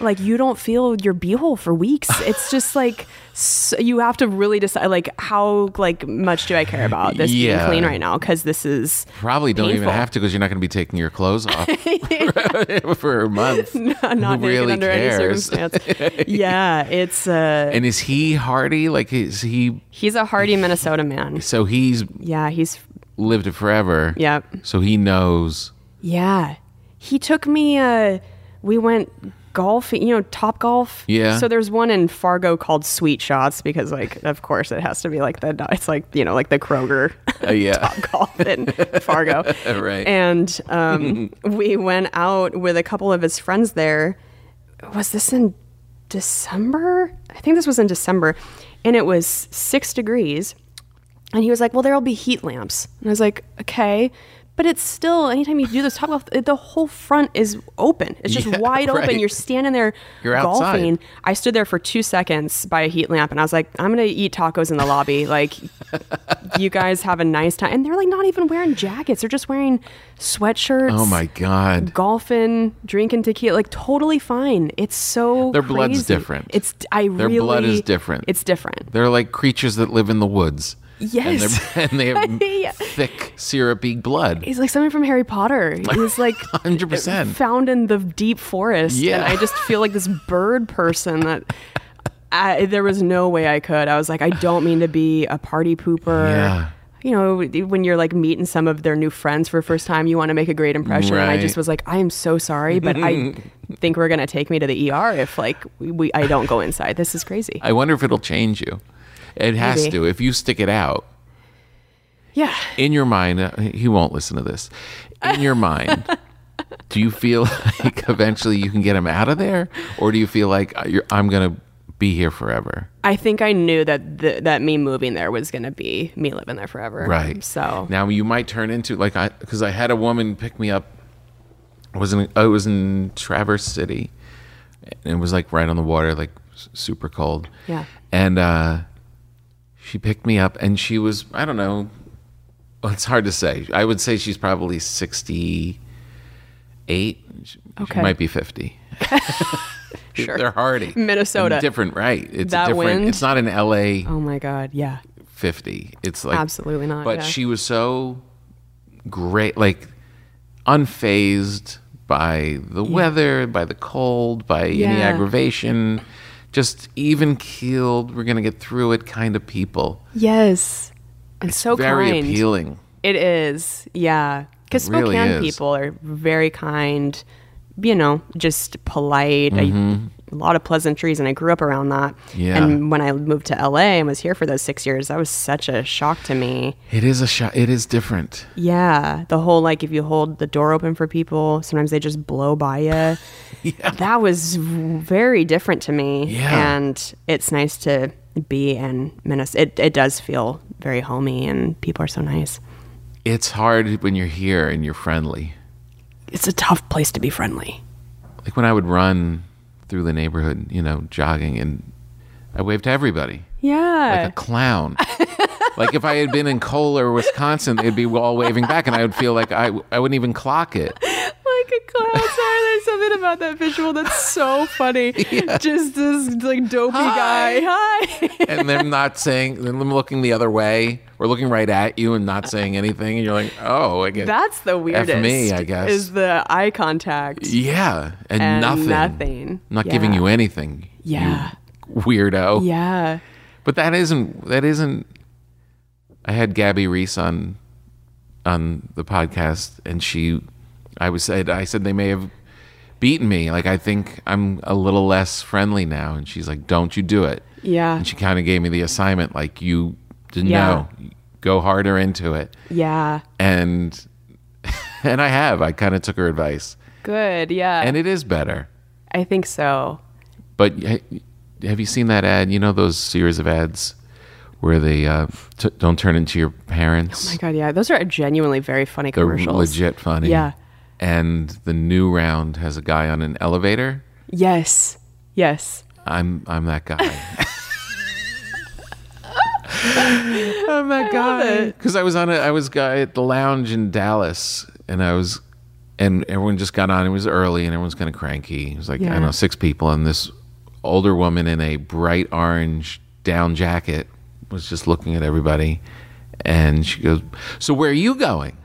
[SPEAKER 3] Like you don't feel your beehole for weeks. It's just like s you have to really decide like how like much do I care about this
[SPEAKER 2] Yeah.
[SPEAKER 3] being clean right now because this is <laughs>
[SPEAKER 2] Probably don't even
[SPEAKER 3] Painful.
[SPEAKER 2] have to because you're not going to be taking your clothes
[SPEAKER 3] <laughs>
[SPEAKER 2] off <laughs> for a month.
[SPEAKER 3] not
[SPEAKER 2] Who
[SPEAKER 3] naked
[SPEAKER 2] really
[SPEAKER 3] under
[SPEAKER 2] cares?
[SPEAKER 3] any
[SPEAKER 2] <laughs>
[SPEAKER 3] circumstance. yeah, it's uh,
[SPEAKER 2] And is he hardy? Like is he?
[SPEAKER 3] he's a hardy Minnesota man.
[SPEAKER 2] So he's
[SPEAKER 3] Yeah, he's
[SPEAKER 2] lived it forever.
[SPEAKER 3] yeah.
[SPEAKER 2] So he knows.
[SPEAKER 3] Yeah. He took me uh we went golfing, you know, top golf.
[SPEAKER 2] Yeah.
[SPEAKER 3] So there's one in Fargo called Sweet Shots because like of course it has to be like the it's like, you know, like the Kroger
[SPEAKER 2] Uh,
[SPEAKER 3] <laughs>
[SPEAKER 2] yeah.
[SPEAKER 3] golf in Fargo.
[SPEAKER 2] <laughs> Right.
[SPEAKER 3] And
[SPEAKER 2] <laughs>
[SPEAKER 3] um we went out with a couple of his friends there. Was this in December? I think this was in December. And it was 6 degrees. And he was like, "Well, there'll be heat lamps." And I was like, "Okay." But it's still anytime you do this top golf, it- the whole front is open. It's just
[SPEAKER 2] <laughs> Yeah,
[SPEAKER 3] wide open.
[SPEAKER 2] right.
[SPEAKER 3] You're standing there
[SPEAKER 2] You're
[SPEAKER 3] golfing.
[SPEAKER 2] outside.
[SPEAKER 3] I stood there for two seconds by a heat lamp, and I was like, "I'm gonna eat tacos in the lobby." <laughs> Like, you guys have a nice time. And they're like not even wearing jackets; they're just wearing sweatshirts.
[SPEAKER 2] Oh my God.
[SPEAKER 3] Golfing, drinking tequila, like totally fine. It's so
[SPEAKER 2] Their blood's
[SPEAKER 3] crazy.
[SPEAKER 2] different.
[SPEAKER 3] It's I
[SPEAKER 2] Their blood
[SPEAKER 3] really-
[SPEAKER 2] is different.
[SPEAKER 3] It's different.
[SPEAKER 2] They're like creatures that live in the woods.
[SPEAKER 3] Yes.
[SPEAKER 2] And, they're, <laughs> and they
[SPEAKER 3] <laughs> Yeah.
[SPEAKER 2] have thick, syrupy blood.
[SPEAKER 3] He's like something from Harry Potter.
[SPEAKER 2] <laughs>
[SPEAKER 3] He's like
[SPEAKER 2] 100%.
[SPEAKER 3] found in the deep forest.
[SPEAKER 2] Yeah.
[SPEAKER 3] And I just feel like this bird person that I, there was no way I could. I was like, I don't mean to be a party pooper.
[SPEAKER 2] Yeah.
[SPEAKER 3] You know, when you're like meeting some of their new friends for the first time, you want to make a great impression. And I
[SPEAKER 2] Right.
[SPEAKER 3] just was like, I am so sorry, but
[SPEAKER 2] <laughs>
[SPEAKER 3] I think we're going to take me to the ER if like we, we I don't go inside. This is crazy.
[SPEAKER 2] I wonder if it'll change you. It has
[SPEAKER 3] Maybe.
[SPEAKER 2] to. If you stick it out
[SPEAKER 3] Yeah.
[SPEAKER 2] in your mind, uh, he won't listen to this. In your mind, do you feel <laughs> like eventually you can get him out of there, or do you feel like uh, you're, I'm going to be here forever?
[SPEAKER 3] I think I knew that th- that me moving there was going to be me living there forever.
[SPEAKER 2] Right.
[SPEAKER 3] So
[SPEAKER 2] now you might turn into like I because I had a woman pick me up. I was in I was in Traverse City, and it was like right on the water, like s- super cold.
[SPEAKER 3] Yeah.
[SPEAKER 2] And uh, she picked me up, and she was I don't know. Well, it's hard to say. I would say she's probably sixty-eight. She-
[SPEAKER 3] Okay.
[SPEAKER 2] She might be fifty.
[SPEAKER 3] <laughs>
[SPEAKER 2] <laughs>
[SPEAKER 3] Sure.
[SPEAKER 2] They're hardy.
[SPEAKER 3] Minnesota.
[SPEAKER 2] And different, right? It's
[SPEAKER 3] That
[SPEAKER 2] a different.
[SPEAKER 3] wind.
[SPEAKER 2] It's not an LA.
[SPEAKER 3] Oh my God. Yeah.
[SPEAKER 2] 50. It's like
[SPEAKER 3] Absolutely not,
[SPEAKER 2] But
[SPEAKER 3] yeah.
[SPEAKER 2] she was so great, like unfazed by the weather, by the cold, by any
[SPEAKER 3] Yeah.
[SPEAKER 2] aggravation, just even keeled, we're going to get through it kind of people.
[SPEAKER 3] Yes. And so
[SPEAKER 2] Very
[SPEAKER 3] kind.
[SPEAKER 2] appealing.
[SPEAKER 3] It is. Yeah. Because
[SPEAKER 2] It really
[SPEAKER 3] Spokane
[SPEAKER 2] is.
[SPEAKER 3] people are very kind, you know, just polite, I- a lot of pleasantries. And I grew up around that.
[SPEAKER 2] Mm-hmm. Yeah.
[SPEAKER 3] And when I moved to LA and was here for those six years, that was such a shock to me.
[SPEAKER 2] It is a shot. It is different.
[SPEAKER 3] Yeah. The whole like, if you hold the door open for people, sometimes they just blow by you.
[SPEAKER 2] <laughs> Yeah.
[SPEAKER 3] That was very different to me.
[SPEAKER 2] Yeah.
[SPEAKER 3] And it's nice to be in Minnesota. It, it does feel very homey and people are so nice.
[SPEAKER 2] It's hard when you're here and you're friendly.
[SPEAKER 3] It's a tough place to be friendly.
[SPEAKER 2] Like when I would run through the neighborhood, you know, jogging, and I waved to everybody.
[SPEAKER 3] Yeah.
[SPEAKER 2] like a
[SPEAKER 3] <laughs>
[SPEAKER 2] clown. like if I had been in Kohler, Wisconsin, they'd be all waving back, and I would feel like I I wouldn't even clock it.
[SPEAKER 3] <laughs> like a clown. Sorry, there's something about that visual that's so
[SPEAKER 2] <laughs>
[SPEAKER 3] funny. Just this like dopey guy. Hi.
[SPEAKER 2] And
[SPEAKER 3] <laughs>
[SPEAKER 2] them not saying, and them looking the other way or looking right at you and not saying anything, and you're like, oh, I guess
[SPEAKER 3] That's the weirdest.
[SPEAKER 2] me, I guess.
[SPEAKER 3] Is the eye contact.
[SPEAKER 2] yeah, and,
[SPEAKER 3] And
[SPEAKER 2] nothing,
[SPEAKER 3] nothing.
[SPEAKER 2] I'm not
[SPEAKER 3] Yeah.
[SPEAKER 2] giving you anything, you
[SPEAKER 3] Yeah.
[SPEAKER 2] weirdo.
[SPEAKER 3] Yeah.
[SPEAKER 2] But that isn't that isn't. I had Gabby Reese on on the podcast, and she, I was said I said they may have beaten me. Like I think I'm a little less friendly now, and she's like, "Don't you do it?"
[SPEAKER 3] Yeah.
[SPEAKER 2] And she kind of gave me the assignment, like you didn't
[SPEAKER 3] Yeah.
[SPEAKER 2] know, go harder into it,
[SPEAKER 3] Yeah.
[SPEAKER 2] and <laughs> and I have. I kind of took her advice,
[SPEAKER 3] Good. Yeah.
[SPEAKER 2] and it is better.
[SPEAKER 3] I think so.
[SPEAKER 2] But ha- have you seen that ad? You know those series of ads where they uh, t- don't turn into your parents.
[SPEAKER 3] Oh My God, yeah, those are genuinely very funny
[SPEAKER 2] They're
[SPEAKER 3] commercials.
[SPEAKER 2] legit funny.
[SPEAKER 3] Yeah.
[SPEAKER 2] And the new round has a guy on an elevator.
[SPEAKER 3] Yes, yes.
[SPEAKER 2] I'm I'm that guy. I'm that guy. Because I was on a I was guy at the lounge in Dallas, and I was, and everyone just got on. It was early, and everyone's kind of cranky. It was like I
[SPEAKER 3] Yeah.
[SPEAKER 2] don't know six people, and this older woman in a bright orange down jacket was just looking at everybody, and she goes, "So where are you
[SPEAKER 3] <laughs>
[SPEAKER 2] going?"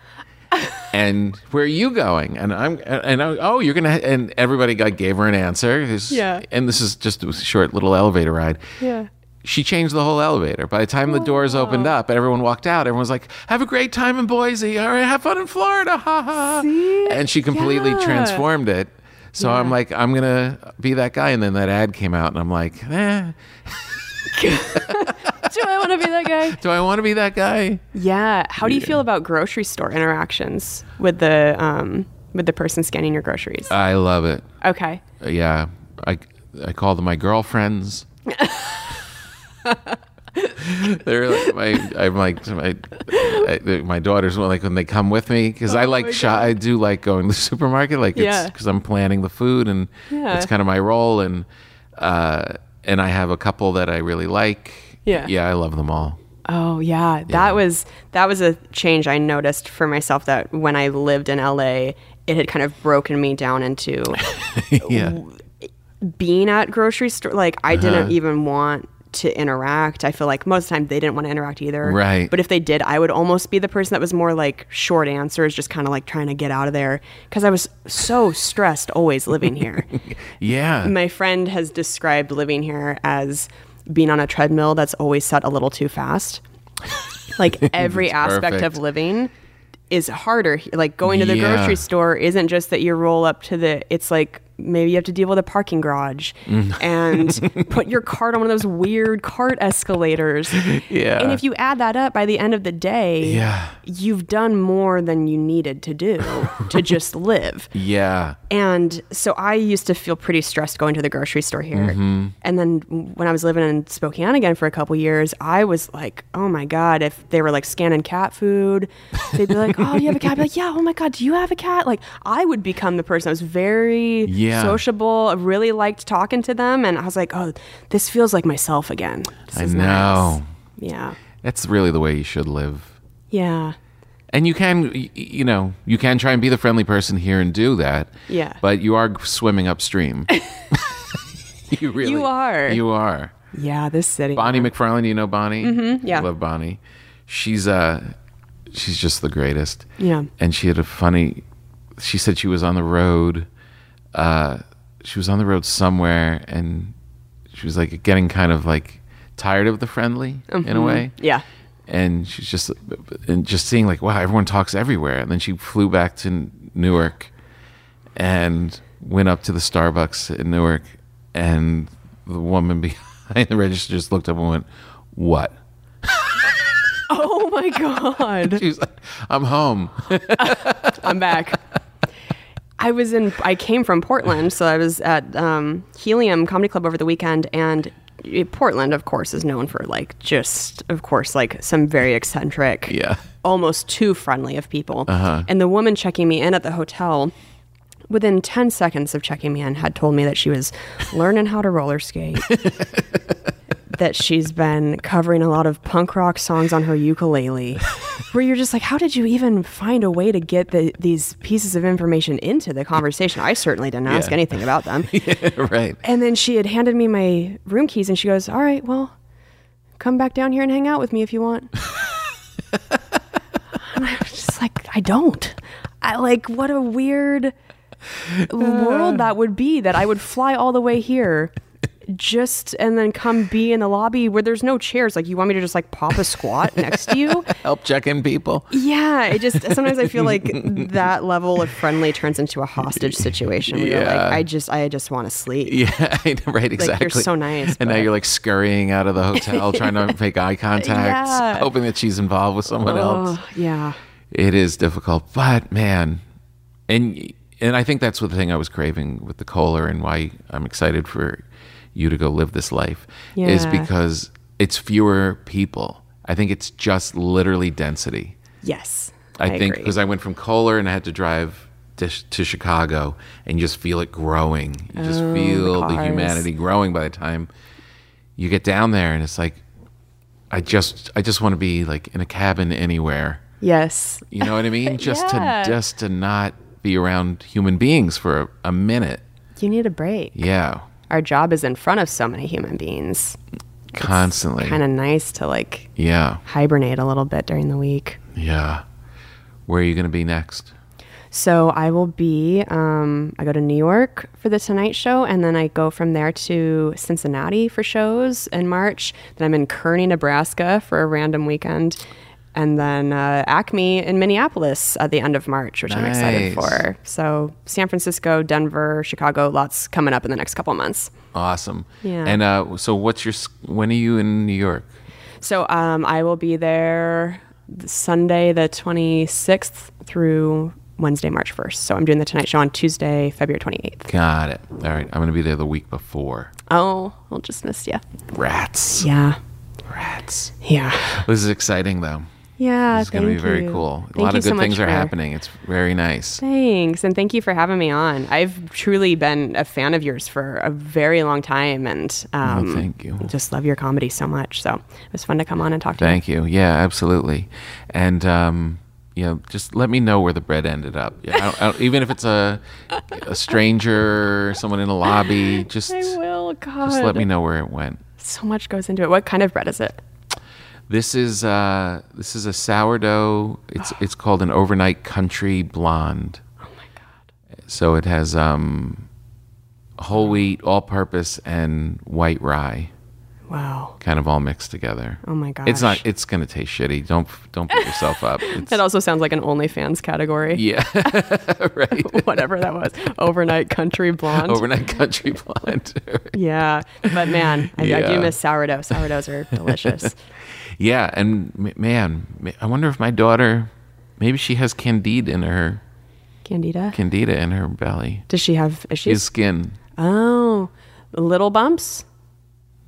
[SPEAKER 2] and where are you going? And I'm and I, oh, you're gonna and everybody got gave her an answer. This-
[SPEAKER 3] Yeah.
[SPEAKER 2] And this is just a short little elevator ride.
[SPEAKER 3] Yeah.
[SPEAKER 2] She changed the whole elevator. By the time the doors opened up, everyone walked out. Everyone was like, "Have a great time in Boise. All right, have fun in Florida." Ha ha.
[SPEAKER 3] See?
[SPEAKER 2] And she completely
[SPEAKER 3] Yeah.
[SPEAKER 2] transformed it. So I'm like, I'm gonna be that guy. And then that ad came out, and I'm like, eh,
[SPEAKER 3] Do I want to be that guy?
[SPEAKER 2] do I want to be that guy?
[SPEAKER 3] <laughs> Yeah. How do you feel about grocery store interactions with the um, with the person scanning your groceries?
[SPEAKER 2] I love it.
[SPEAKER 3] okay.
[SPEAKER 2] yeah i i call them my
[SPEAKER 3] <laughs>
[SPEAKER 2] girlfriends they're like my i'm like my I, my daughters will like when they come with me because i like shop i do like going to the supermarket like it's
[SPEAKER 3] Oh Yeah.
[SPEAKER 2] because i'm planning the food and
[SPEAKER 3] Yeah.
[SPEAKER 2] it's kind of my role and uh and i have a couple that i really like
[SPEAKER 3] Yeah.
[SPEAKER 2] yeah i love them
[SPEAKER 3] <laughs>
[SPEAKER 2] all
[SPEAKER 3] Oh yeah, that was that was a change I noticed for myself that when I lived in LA, it had kind of broken me down into
[SPEAKER 2] yeah
[SPEAKER 3] being at grocery store. Like I didn't even want to interact. I feel like most of the time they didn't want to interact either.
[SPEAKER 2] Right.
[SPEAKER 3] But if they did, I would almost be the person that was more like short answers, just kind of like trying to get out of there because I was so stressed always living here.
[SPEAKER 2] yeah
[SPEAKER 3] My friend has described living here as being on a treadmill that's always set a little
[SPEAKER 2] <laughs>
[SPEAKER 3] too fast. Like every
[SPEAKER 2] That's
[SPEAKER 3] aspect
[SPEAKER 2] perfect.
[SPEAKER 3] of living is harder. he- Like going to the
[SPEAKER 2] Yeah.
[SPEAKER 3] grocery store isn't just that you roll up to the, it's like maybe you have to deal with a parking garage
[SPEAKER 2] Mm. <laughs>
[SPEAKER 3] and put your cart on one of those weird cart escalators.
[SPEAKER 2] Yeah.
[SPEAKER 3] And if you add that up by the end of the day,
[SPEAKER 2] Yeah.
[SPEAKER 3] you've done more than you needed to do
[SPEAKER 2] <laughs>
[SPEAKER 3] to just live.
[SPEAKER 2] yeah
[SPEAKER 3] And so I used to feel pretty stressed going to the grocery store here.
[SPEAKER 2] Mm-hmm.
[SPEAKER 3] And then when I was living in Spokane again for a couple years, I was like, oh my God, if they were like scanning cat food, they'd
[SPEAKER 2] <laughs>
[SPEAKER 3] be like, oh, do you have a cat? I'd be like, yeah, oh my God, do you have a cat? Like, I would become the person. I was very
[SPEAKER 2] Yeah.
[SPEAKER 3] sociable. I really liked talking to them. And I was like, oh, this feels like myself again. This
[SPEAKER 2] i
[SPEAKER 3] is nice.
[SPEAKER 2] know
[SPEAKER 3] Yeah.
[SPEAKER 2] that's really the way you should live
[SPEAKER 3] Yeah.
[SPEAKER 2] and you can y- you know you can try and be the friendly person here and do that
[SPEAKER 3] Yeah.
[SPEAKER 2] but you are swimming
[SPEAKER 3] <laughs>
[SPEAKER 2] upstream you really
[SPEAKER 3] You are.
[SPEAKER 2] you are
[SPEAKER 3] Yeah, this city.
[SPEAKER 2] bonnie mcfarlane you know bonnie mm-hmm,
[SPEAKER 3] yeah.
[SPEAKER 2] love bonnie she's uh she's just the greatest
[SPEAKER 3] Yeah.
[SPEAKER 2] and she had a funny she said she was on the road uh she was on the road somewhere and she was like getting kind of like tired of the friendly in a way
[SPEAKER 3] Yeah.
[SPEAKER 2] and she's just and just seeing like wow everyone talks everywhere and then she flew back to newark and went up to the starbucks in newark and the woman <laughs> behind the register just looked up and went what <laughs>
[SPEAKER 3] Oh my <laughs> God.
[SPEAKER 2] she was like i'm home <laughs>
[SPEAKER 3] I'm back. I was in. I came from Portland, so I was at um, Helium Comedy Club over the weekend, and it- Portland, of course, is known for like just, of course, like some very eccentric,
[SPEAKER 2] Yeah. <laughs>
[SPEAKER 3] almost too friendly of people.
[SPEAKER 2] Uh-huh.
[SPEAKER 3] And the woman checking me in at the hotel. Within 10 seconds of checking me in, had told me that she was learning how to
[SPEAKER 2] <laughs>
[SPEAKER 3] roller skate, that she's been covering a lot of punk rock songs on her ukulele, where you're just like, how did you even find a way to get the, these pieces of information into the conversation? I certainly didn't
[SPEAKER 2] <laughs>
[SPEAKER 3] ask
[SPEAKER 2] Yeah.
[SPEAKER 3] anything about them.
[SPEAKER 2] right
[SPEAKER 3] And then she had handed me my room keys and she goes, All right, well, come back down here and hang out with me if you want. and I was just like, I don't. I like, what a weird world that would be that I would fly all the way here just and then come be in the lobby where there's no chairs. Like, you want me to just like pop a squat next to you?
[SPEAKER 2] help check in people
[SPEAKER 3] Yeah, it just sometimes I feel like that level of friendly turns into a hostage situation where you're
[SPEAKER 2] Yeah.
[SPEAKER 3] like, I just, I just want to sleep.
[SPEAKER 2] yeah <laughs> right exactly
[SPEAKER 3] so nice,
[SPEAKER 2] and now
[SPEAKER 3] but-
[SPEAKER 2] you're like scurrying out of the hotel trying to make
[SPEAKER 3] <laughs>
[SPEAKER 2] eye contact
[SPEAKER 3] Yeah.
[SPEAKER 2] hoping that she's involved with someone else
[SPEAKER 3] Oh, yeah.
[SPEAKER 2] It is difficult, but man, and and I think that's the thing I was craving with the Kohler, and why I'm excited for you to go live this life is
[SPEAKER 3] Yeah.
[SPEAKER 2] because it's fewer people. I think it's just literally density.
[SPEAKER 3] Yes.
[SPEAKER 2] I, think
[SPEAKER 3] agree.
[SPEAKER 2] because I went from Kohler and I had to drive to, to Chicago and you just feel it growing. You just feel the
[SPEAKER 3] cars.
[SPEAKER 2] humanity growing by the time you get down there and it's like I just I just want to be like in a cabin anywhere.
[SPEAKER 3] yes.
[SPEAKER 2] You know what I
[SPEAKER 3] <laughs>
[SPEAKER 2] mean? Just
[SPEAKER 3] Yeah.
[SPEAKER 2] to just to not be around human beings for a, a minute.
[SPEAKER 3] You need a break.
[SPEAKER 2] Yeah.
[SPEAKER 3] Our job is in front of so many human beings.
[SPEAKER 2] Constantly.
[SPEAKER 3] Kind of nice to like
[SPEAKER 2] yeah.
[SPEAKER 3] hibernate a little bit during the week.
[SPEAKER 2] Yeah. Where are you going to be next?
[SPEAKER 3] So I will be. Um, I go to New York for the Tonight Show, and then I go from there to Cincinnati for shows in March. Then I'm in Kearney, Nebraska, for a random weekend, and then uh, Acme in Minneapolis at the end of March, which I'm
[SPEAKER 2] Nice.
[SPEAKER 3] excited for. So San Francisco, Denver, Chicago, lots coming up in the next couple months.
[SPEAKER 2] Awesome.
[SPEAKER 3] Yeah.
[SPEAKER 2] And uh, so what's your s- when are you in New York?
[SPEAKER 3] So um, I will be there th- Sunday the 26th through Wednesday, March 1st. So I'm doing the Tonight Show on Tuesday, February 28th.
[SPEAKER 2] Got it. All right. I'm going to be there the week before.
[SPEAKER 3] Oh, I'll just miss you.
[SPEAKER 2] Rats.
[SPEAKER 3] Yeah.
[SPEAKER 2] Rats.
[SPEAKER 3] Yeah.
[SPEAKER 2] This is exciting, though.
[SPEAKER 3] Yeah.
[SPEAKER 2] This is going to be
[SPEAKER 3] Ah, thank
[SPEAKER 2] very
[SPEAKER 3] you.
[SPEAKER 2] cool.
[SPEAKER 3] Thank
[SPEAKER 2] a lot
[SPEAKER 3] you
[SPEAKER 2] of good
[SPEAKER 3] so much
[SPEAKER 2] things are
[SPEAKER 3] for-
[SPEAKER 2] happening. It's very nice.
[SPEAKER 3] Thanks. And thank you for having me on. I've truly been a fan of yours for a very long time and um,
[SPEAKER 2] Oh, thank you.
[SPEAKER 3] just love your comedy so much. So it was fun to come on and talk to
[SPEAKER 2] Thank you. Yeah, absolutely. And um, you know, just let me know where the bread ended up. Yeah, I don't, I don't- even if it's a a stranger, someone in a lobby, just
[SPEAKER 3] you. <laughs> I
[SPEAKER 2] just
[SPEAKER 3] will. God.
[SPEAKER 2] let me know where it went.
[SPEAKER 3] So much goes into it. What kind of bread is it?
[SPEAKER 2] This is uh, this is a sourdough. It's it's called an overnight country blonde.
[SPEAKER 3] Oh my God.
[SPEAKER 2] So it has um, whole wheat, all purpose, and white rye,
[SPEAKER 3] Wow.
[SPEAKER 2] kind of all mixed together.
[SPEAKER 3] Oh my gosh.
[SPEAKER 2] It's not. It's gonna taste shitty. Don't don't beat yourself
[SPEAKER 3] <laughs>
[SPEAKER 2] up. It's,
[SPEAKER 3] That also sounds like an OnlyFans category.
[SPEAKER 2] yeah, <laughs> right.
[SPEAKER 3] <laughs> Whatever that was. Overnight
[SPEAKER 2] <laughs>
[SPEAKER 3] country blonde.
[SPEAKER 2] Overnight country <laughs> blonde.
[SPEAKER 3] Yeah. But man, I, I
[SPEAKER 2] Yeah.
[SPEAKER 3] do miss sourdough.
[SPEAKER 2] <laughs>
[SPEAKER 3] Sourdoughs are delicious.
[SPEAKER 2] yeah, and m- man, ma- I wonder if my daughter, maybe she has candida in her
[SPEAKER 3] Candida.
[SPEAKER 2] candida in her belly.
[SPEAKER 3] Does she have issues?
[SPEAKER 2] His skin.
[SPEAKER 3] oh, little bumps.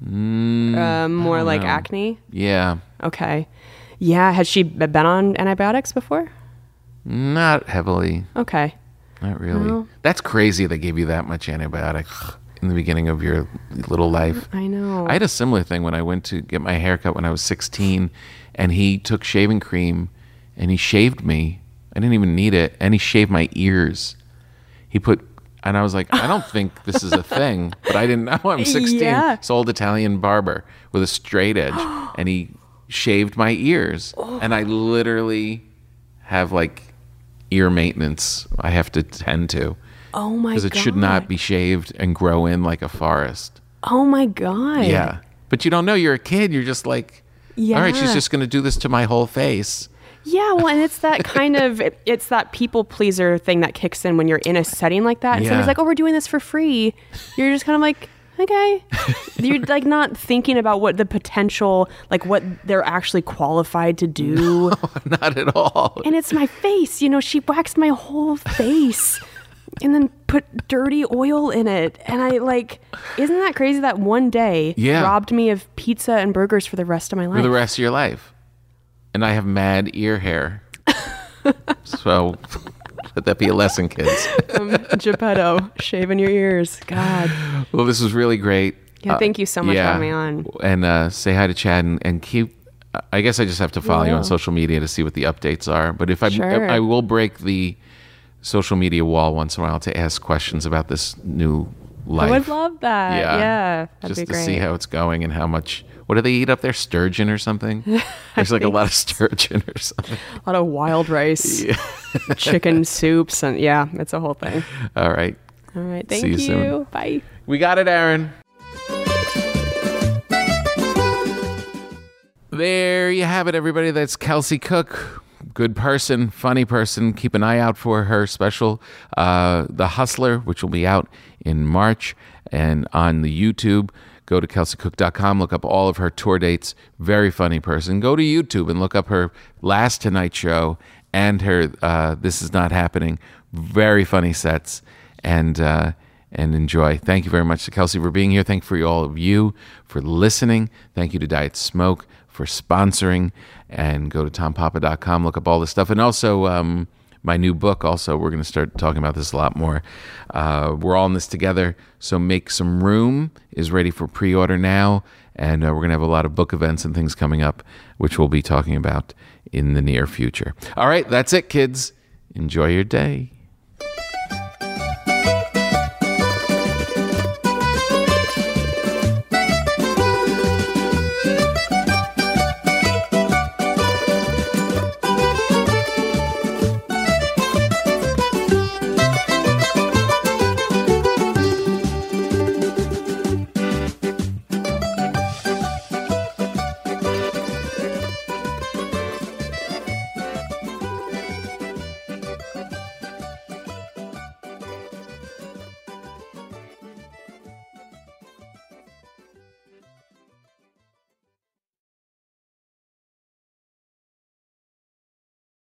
[SPEAKER 2] Mm,
[SPEAKER 3] uh, more like acne.
[SPEAKER 2] Yeah,
[SPEAKER 3] Okay. Yeah. Has she b- been on antibiotics before?
[SPEAKER 2] not heavily.
[SPEAKER 3] Okay.
[SPEAKER 2] Not really. That's crazy. They gave you that much antibiotic in the beginning of your little life.
[SPEAKER 3] I know.
[SPEAKER 2] I had a similar thing when I went to get my haircut when I was 16, and he took shaving cream and he shaved me. I didn't even need it, and he shaved my ears. He put, and I was like, I don't think this
[SPEAKER 3] <laughs>
[SPEAKER 2] is a thing, but I didn't know. I'm 16.
[SPEAKER 3] Yeah.
[SPEAKER 2] This old Italian barber with a straight
[SPEAKER 3] <gasps>
[SPEAKER 2] edge, and he shaved my ears, and I literally have like ear maintenance I have to tend to
[SPEAKER 3] oh my god.
[SPEAKER 2] because it should not be shaved and grow in like a forest.
[SPEAKER 3] Oh my god.
[SPEAKER 2] Yeah. But you don't know. You're a kid. You're just like, all right, she's
[SPEAKER 3] Yeah.
[SPEAKER 2] just going to do this to my whole face. <laughs>
[SPEAKER 3] Yeah, well, and it's that kind of it, it's that people pleaser thing that kicks in when you're in a setting like that, and
[SPEAKER 2] Yeah.
[SPEAKER 3] somebody's like, "Oh, we're doing this for free." You're just kind of like, "Okay," you're like not thinking about what the potential, like what they're actually qualified
[SPEAKER 2] <laughs>
[SPEAKER 3] to do.
[SPEAKER 2] Not at all.
[SPEAKER 3] And it's my face, you know. She waxed my whole face, and then put dirty oil in it, and I like, isn't that crazy? That one day
[SPEAKER 2] Yeah.
[SPEAKER 3] robbed me of pizza and burgers for the rest of my life.
[SPEAKER 2] For the <laughs> rest of your life. And I have mad ear
[SPEAKER 3] <laughs>
[SPEAKER 2] hair. so let that be a lesson, kids. <laughs>
[SPEAKER 3] Geppetto shaving your ears, God.
[SPEAKER 2] Well, this was really great.
[SPEAKER 3] Yeah,
[SPEAKER 2] Uh,
[SPEAKER 3] thank you so much for
[SPEAKER 2] yeah.
[SPEAKER 3] having me on.
[SPEAKER 2] And uh, say hi to Chad and, and keep. I guess I just have to follow you
[SPEAKER 3] will.
[SPEAKER 2] on social media to see what the updates are. But if I,
[SPEAKER 3] Sure.
[SPEAKER 2] I will break the social media wall once in a while to ask questions about this new life.
[SPEAKER 3] I would love that. Uh, Yeah, that'd
[SPEAKER 2] just
[SPEAKER 3] be
[SPEAKER 2] to
[SPEAKER 3] great.
[SPEAKER 2] see how it's going and how much. What do they eat up there? Sturgeon or
[SPEAKER 3] <laughs>
[SPEAKER 2] something? There's like a lot of sturgeon or something.
[SPEAKER 3] a lot of
[SPEAKER 2] <laughs>
[SPEAKER 3] wild rice, chicken soups, and yeah, it's a
[SPEAKER 2] <laughs>
[SPEAKER 3] whole thing.
[SPEAKER 2] All right,
[SPEAKER 3] All right,
[SPEAKER 2] See
[SPEAKER 3] thank
[SPEAKER 2] you soon.
[SPEAKER 3] you. Bye.
[SPEAKER 2] we got it, Aaron. There you have it, everybody. That's Kelsey Cook. Good person, funny person. Keep an eye out for her special, uh, The Hustler, which will be out in March and on the YouTube. Go to kelseycook.com, look up all of her tour dates. Very funny person. Go to YouTube and look up her last Tonight Show and her uh, This Is Not Happening. Very funny sets. And, uh, and enjoy. Thank you very much to Kelsey for being here. Thank you for all of you for listening. Thank you to Diet Smoke for sponsoring. And go to tompapa.com, look up all this stuff. And also, um, my new book also we're going to start talking about this a lot more uh, we're all in this together so make some room is ready for pre-order now and uh, we're going to have a lot of book events and things coming up which we'll be talking about in the near future all right that's it kids enjoy your day